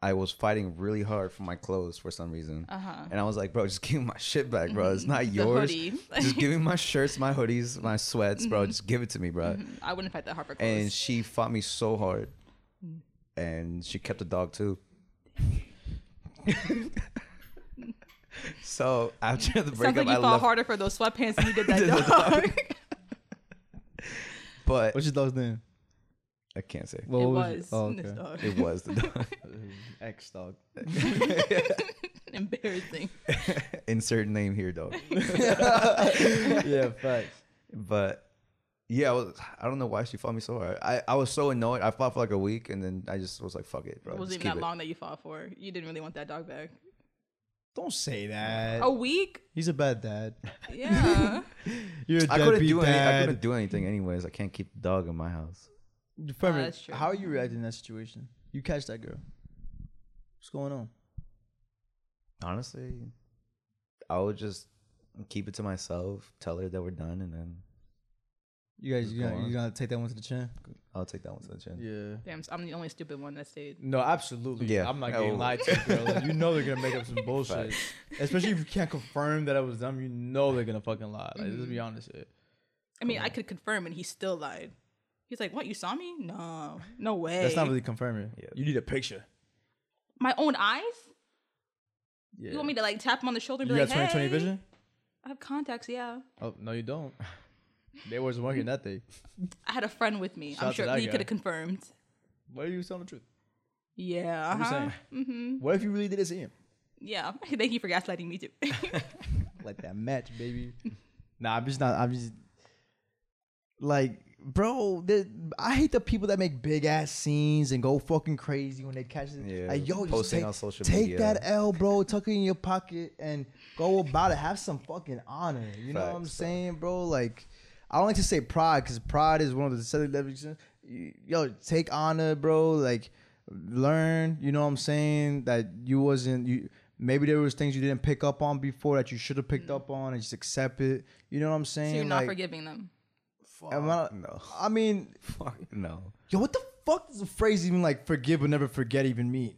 B: I was fighting really hard for my clothes for some reason, uh-huh. and I was like, "Bro, just give me my shit back, bro. It's not yours.
C: Mm-hmm. hoodie. Mm-hmm.
B: just give me my shirts, my hoodies, my sweats, bro. Just give it to me, bro."
C: I wouldn't fight that hard for
B: And
C: clothes.
B: she fought me so hard,
C: Mm.
B: and she kept the dog too. so after the
C: Sounds
B: breakup,
C: like you
B: I
C: fought
B: left.
C: harder for those sweatpants than you did that dog.
B: But
A: What's your dog's name?
B: I can't say
A: What
C: it
A: was
C: was
A: Oh,
C: this
A: okay.
C: dog.
B: it was the dog.
A: Ex dog.
C: Embarrassing.
B: Insert name here, dog.
A: yeah, facts.
B: But yeah, I, was, I don't know why she fought me so hard. I, I was so annoyed. I fought for like a week, and then I just was like, "Fuck it, bro."
C: it
B: just
C: wasn't even that
B: keep it.
C: long that you fought for. You didn't really want that dog back.
A: Don't say that.
C: A week?
A: He's a bad dad.
C: Yeah.
A: You're a
B: I couldn't
A: deadbeat
B: do any, I
A: dad.
B: couldn't do anything anyways. I can't keep the dog in my house.
A: Fermin,
C: Oh, that's true.
A: How are you reacting in that situation? You catch that girl. What's going on?
B: Honestly, I would just keep it to myself. Tell her that we're done, and then
A: You guys,
B: What's
A: you
B: going
A: gonna,
B: on?
A: you gonna take that one to the chin?
B: I'll take that one to the chin.
A: Yeah.
C: Damn, so I'm the only stupid one that stayed.
A: No, absolutely.
B: Yeah.
A: I'm not
B: Oh.
A: getting lied to, bro. Like, you know they're gonna make up some bullshit.
C: Mm.
A: Especially if you can't confirm that it was them, you know they're gonna fucking lie. Like, let's be honest here.
C: I I mean, I could confirm, and he still lied. He's like, "What? You saw me? No, no way.
A: That's not really confirming.
B: Yeah.
A: You need a picture.
C: my own eyes.
A: Yeah.
C: You want me to like tap him on the shoulder? And
A: You
C: be
A: got
C: like,
A: 2020
C: hey.
A: vision?
C: I have contacts. Yeah,
A: Oh no, you don't. They was working that day.
C: I had a friend with me.
A: Shout
C: I'm
A: out to
C: sure
A: that
C: Lee
A: guy.
C: could have confirmed.
A: What are you telling the truth?
C: Yeah.
A: What
C: uh-huh.
A: are you saying? What if you really did it to him?
C: Yeah. Thank you for gaslighting me too.
A: Like that match, baby. nah, I'm just not. I'm just like, bro. there- I hate the people that make big ass scenes and go fucking crazy when they catch it.
B: Yeah,
A: Like, yo, just
B: posting
A: take,
B: on social
A: take
B: media.
A: that L, bro. Tuck it in your pocket and go about it. Have some fucking honor. You know what I'm
B: Facts, facts.
A: saying, bro? Like, I don't like to say pride because pride is one of the seven levels. Yo, take honor, bro. Like, learn. You know what I'm saying? That you wasn't you. Maybe there was things you didn't pick up on before that you should have picked up on, and just accept it. You know what I'm saying?
C: so you're not
A: Like,
C: forgiving them.
A: am I-
B: no.
A: I mean,
B: Fuck no.
A: yo, what the fuck does the phrase even like "forgive but never forget" even mean?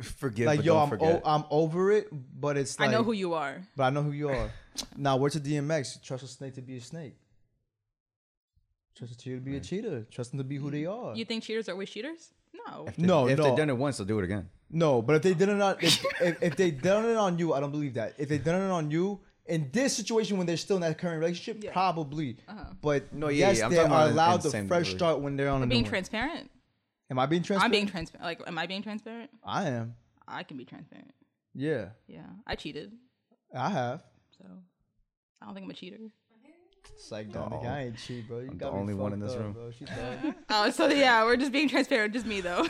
B: Forgive,
A: like,
B: but
A: yo,
B: don't
A: I'm
B: forget.
A: o- I'm over it, but it's like
C: I know who you are.
A: But I know who you are. now, where's the DMX? Trust a snake to be a snake. Trust a cheater to be a cheater. Trust them to be who they are.
C: You think cheaters are always cheaters? No.
A: no,
B: if
A: no.
B: they've done it once, they'll do it again.
A: No, but if they did it on if, if, if they done it on you, I don't believe that. If they done it on you in this situation when they're still in that current relationship,
C: Yeah. Uh-huh.
A: probably. But no,
B: No, yeah,
A: yes,
B: yeah, I'm
A: they
B: talking about
A: are
B: in-
A: allowed
B: in
A: the
B: same
A: fresh
B: degree.
A: start when they're on a
C: I'm
A: new
C: being
A: one.
C: transparent.
A: Am I being transparent?
C: I'm being transparent. Like, am I being transparent?
A: I am.
C: I can be transparent.
A: Yeah,
C: Yeah, I cheated,
A: I have.
C: so I don't think I'm a cheater.
A: It's like, no,
B: No.
A: I ain't cheat, bro. You
B: I'm
A: got
B: the
A: me
B: only one
A: fucked
B: in this
A: up,
B: room.
A: bro. She thought-
C: Oh, so yeah, we're just being transparent. Just me though.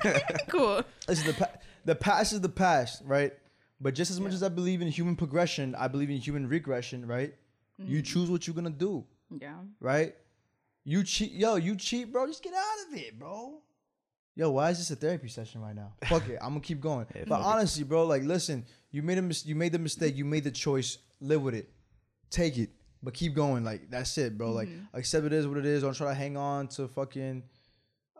C: cool.
A: Listen, the, pa- the past is the past, right? But just as much as I believe in human progression, I believe in human regression, right? You choose what you're gonna do,
C: Yeah.
A: right? You cheat, yo, you cheat, bro. Just get out of it, bro. Yo, why is this a therapy session right now? Fuck it, I'm gonna keep going. but honestly, bro, like, listen, you made a mis- you made the mistake, you made the choice, live with it, take it, but keep going. Like that's it, bro. Like accept it is what it is. Don't try to hang on to fucking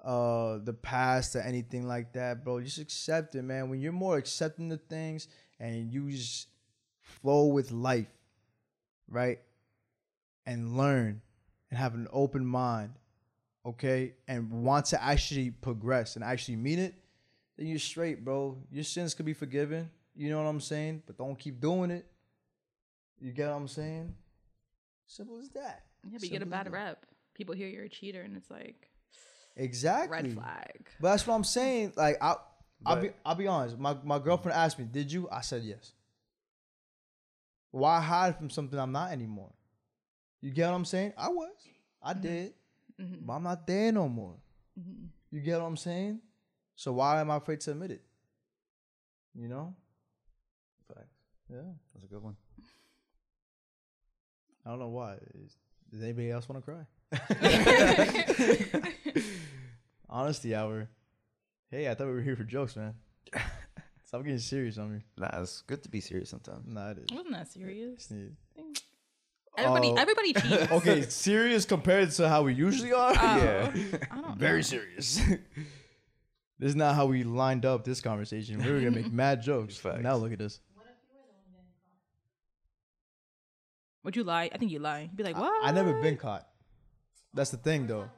A: uh the past or anything like that, bro. Just accept it, man. When you're more accepting the things and you just flow with life, right? And learn and have an open mind, okay? And want to actually progress and actually mean it, then you're straight, bro. Your sins could be forgiven. You know what I'm saying? But don't keep doing it. You get what I'm saying? Simple as that.
C: Yeah, but you get a
A: Simple as that.
C: bad rep. People hear you're a cheater, and it's like
A: Exactly.
C: red flag.
A: But that's what I'm saying. Like I, I'll be, I'll be honest. My my girlfriend asked me, "Did you?" I said yes. Why hide from something I'm not anymore? You get what I'm saying? I was, I did, but I'm not there no more. You get what I'm saying? So why am I afraid to admit it? You know? Yeah.
B: That's a good one.
A: I don't know why. Is- does anybody else want to cry? Honesty hour. Hey, I thought we were here for jokes, man. Stop getting serious on me.
B: Nah, it's good to be serious sometimes.
A: Nah, it is.
C: It wasn't that serious.
A: Sneeze.
C: Everybody,
A: Oh.
C: everybody cheats.
A: Okay, serious compared to how we usually are.
C: Oh, I don't know.
A: Very serious. this is not how we lined up this conversation. We were gonna make mad jokes.
B: Facts.
A: Now look at us.
C: Would you lie? I think you lie. You'd be like, what?
A: I never been caught. That's the thing, though.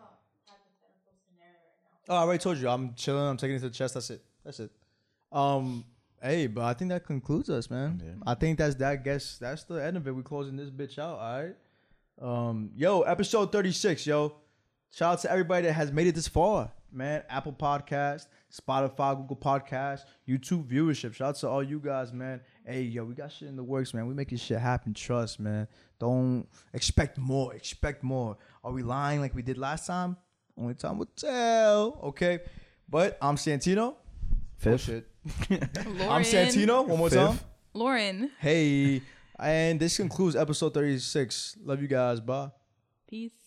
A: Oh, I already told you. I'm chilling. I'm taking it to the chest. That's it. That's it. Um, hey, but I think that concludes us, man. I think that's that. Guess that's the end of it. We're closing this bitch out. All right. Um, yo, episode 36, yo. Shout out to everybody that has made it this far, man. Apple Podcast, Spotify, Google Podcast, YouTube viewership. Shout out to all you guys, man. Hey, yo, we got shit in the works, man. We making shit happen. Trust, man. Don't expect more. Expect more. Are we lying like we did last time? Only time will tell. Okay. But I'm Santino.
B: Fifth.
A: shit.
C: Lauren,
A: I'm Santino. One more time.
B: Fifth.
C: Lauren,
A: Hey. And this concludes episode 36. Love you guys. Bye.
C: peace.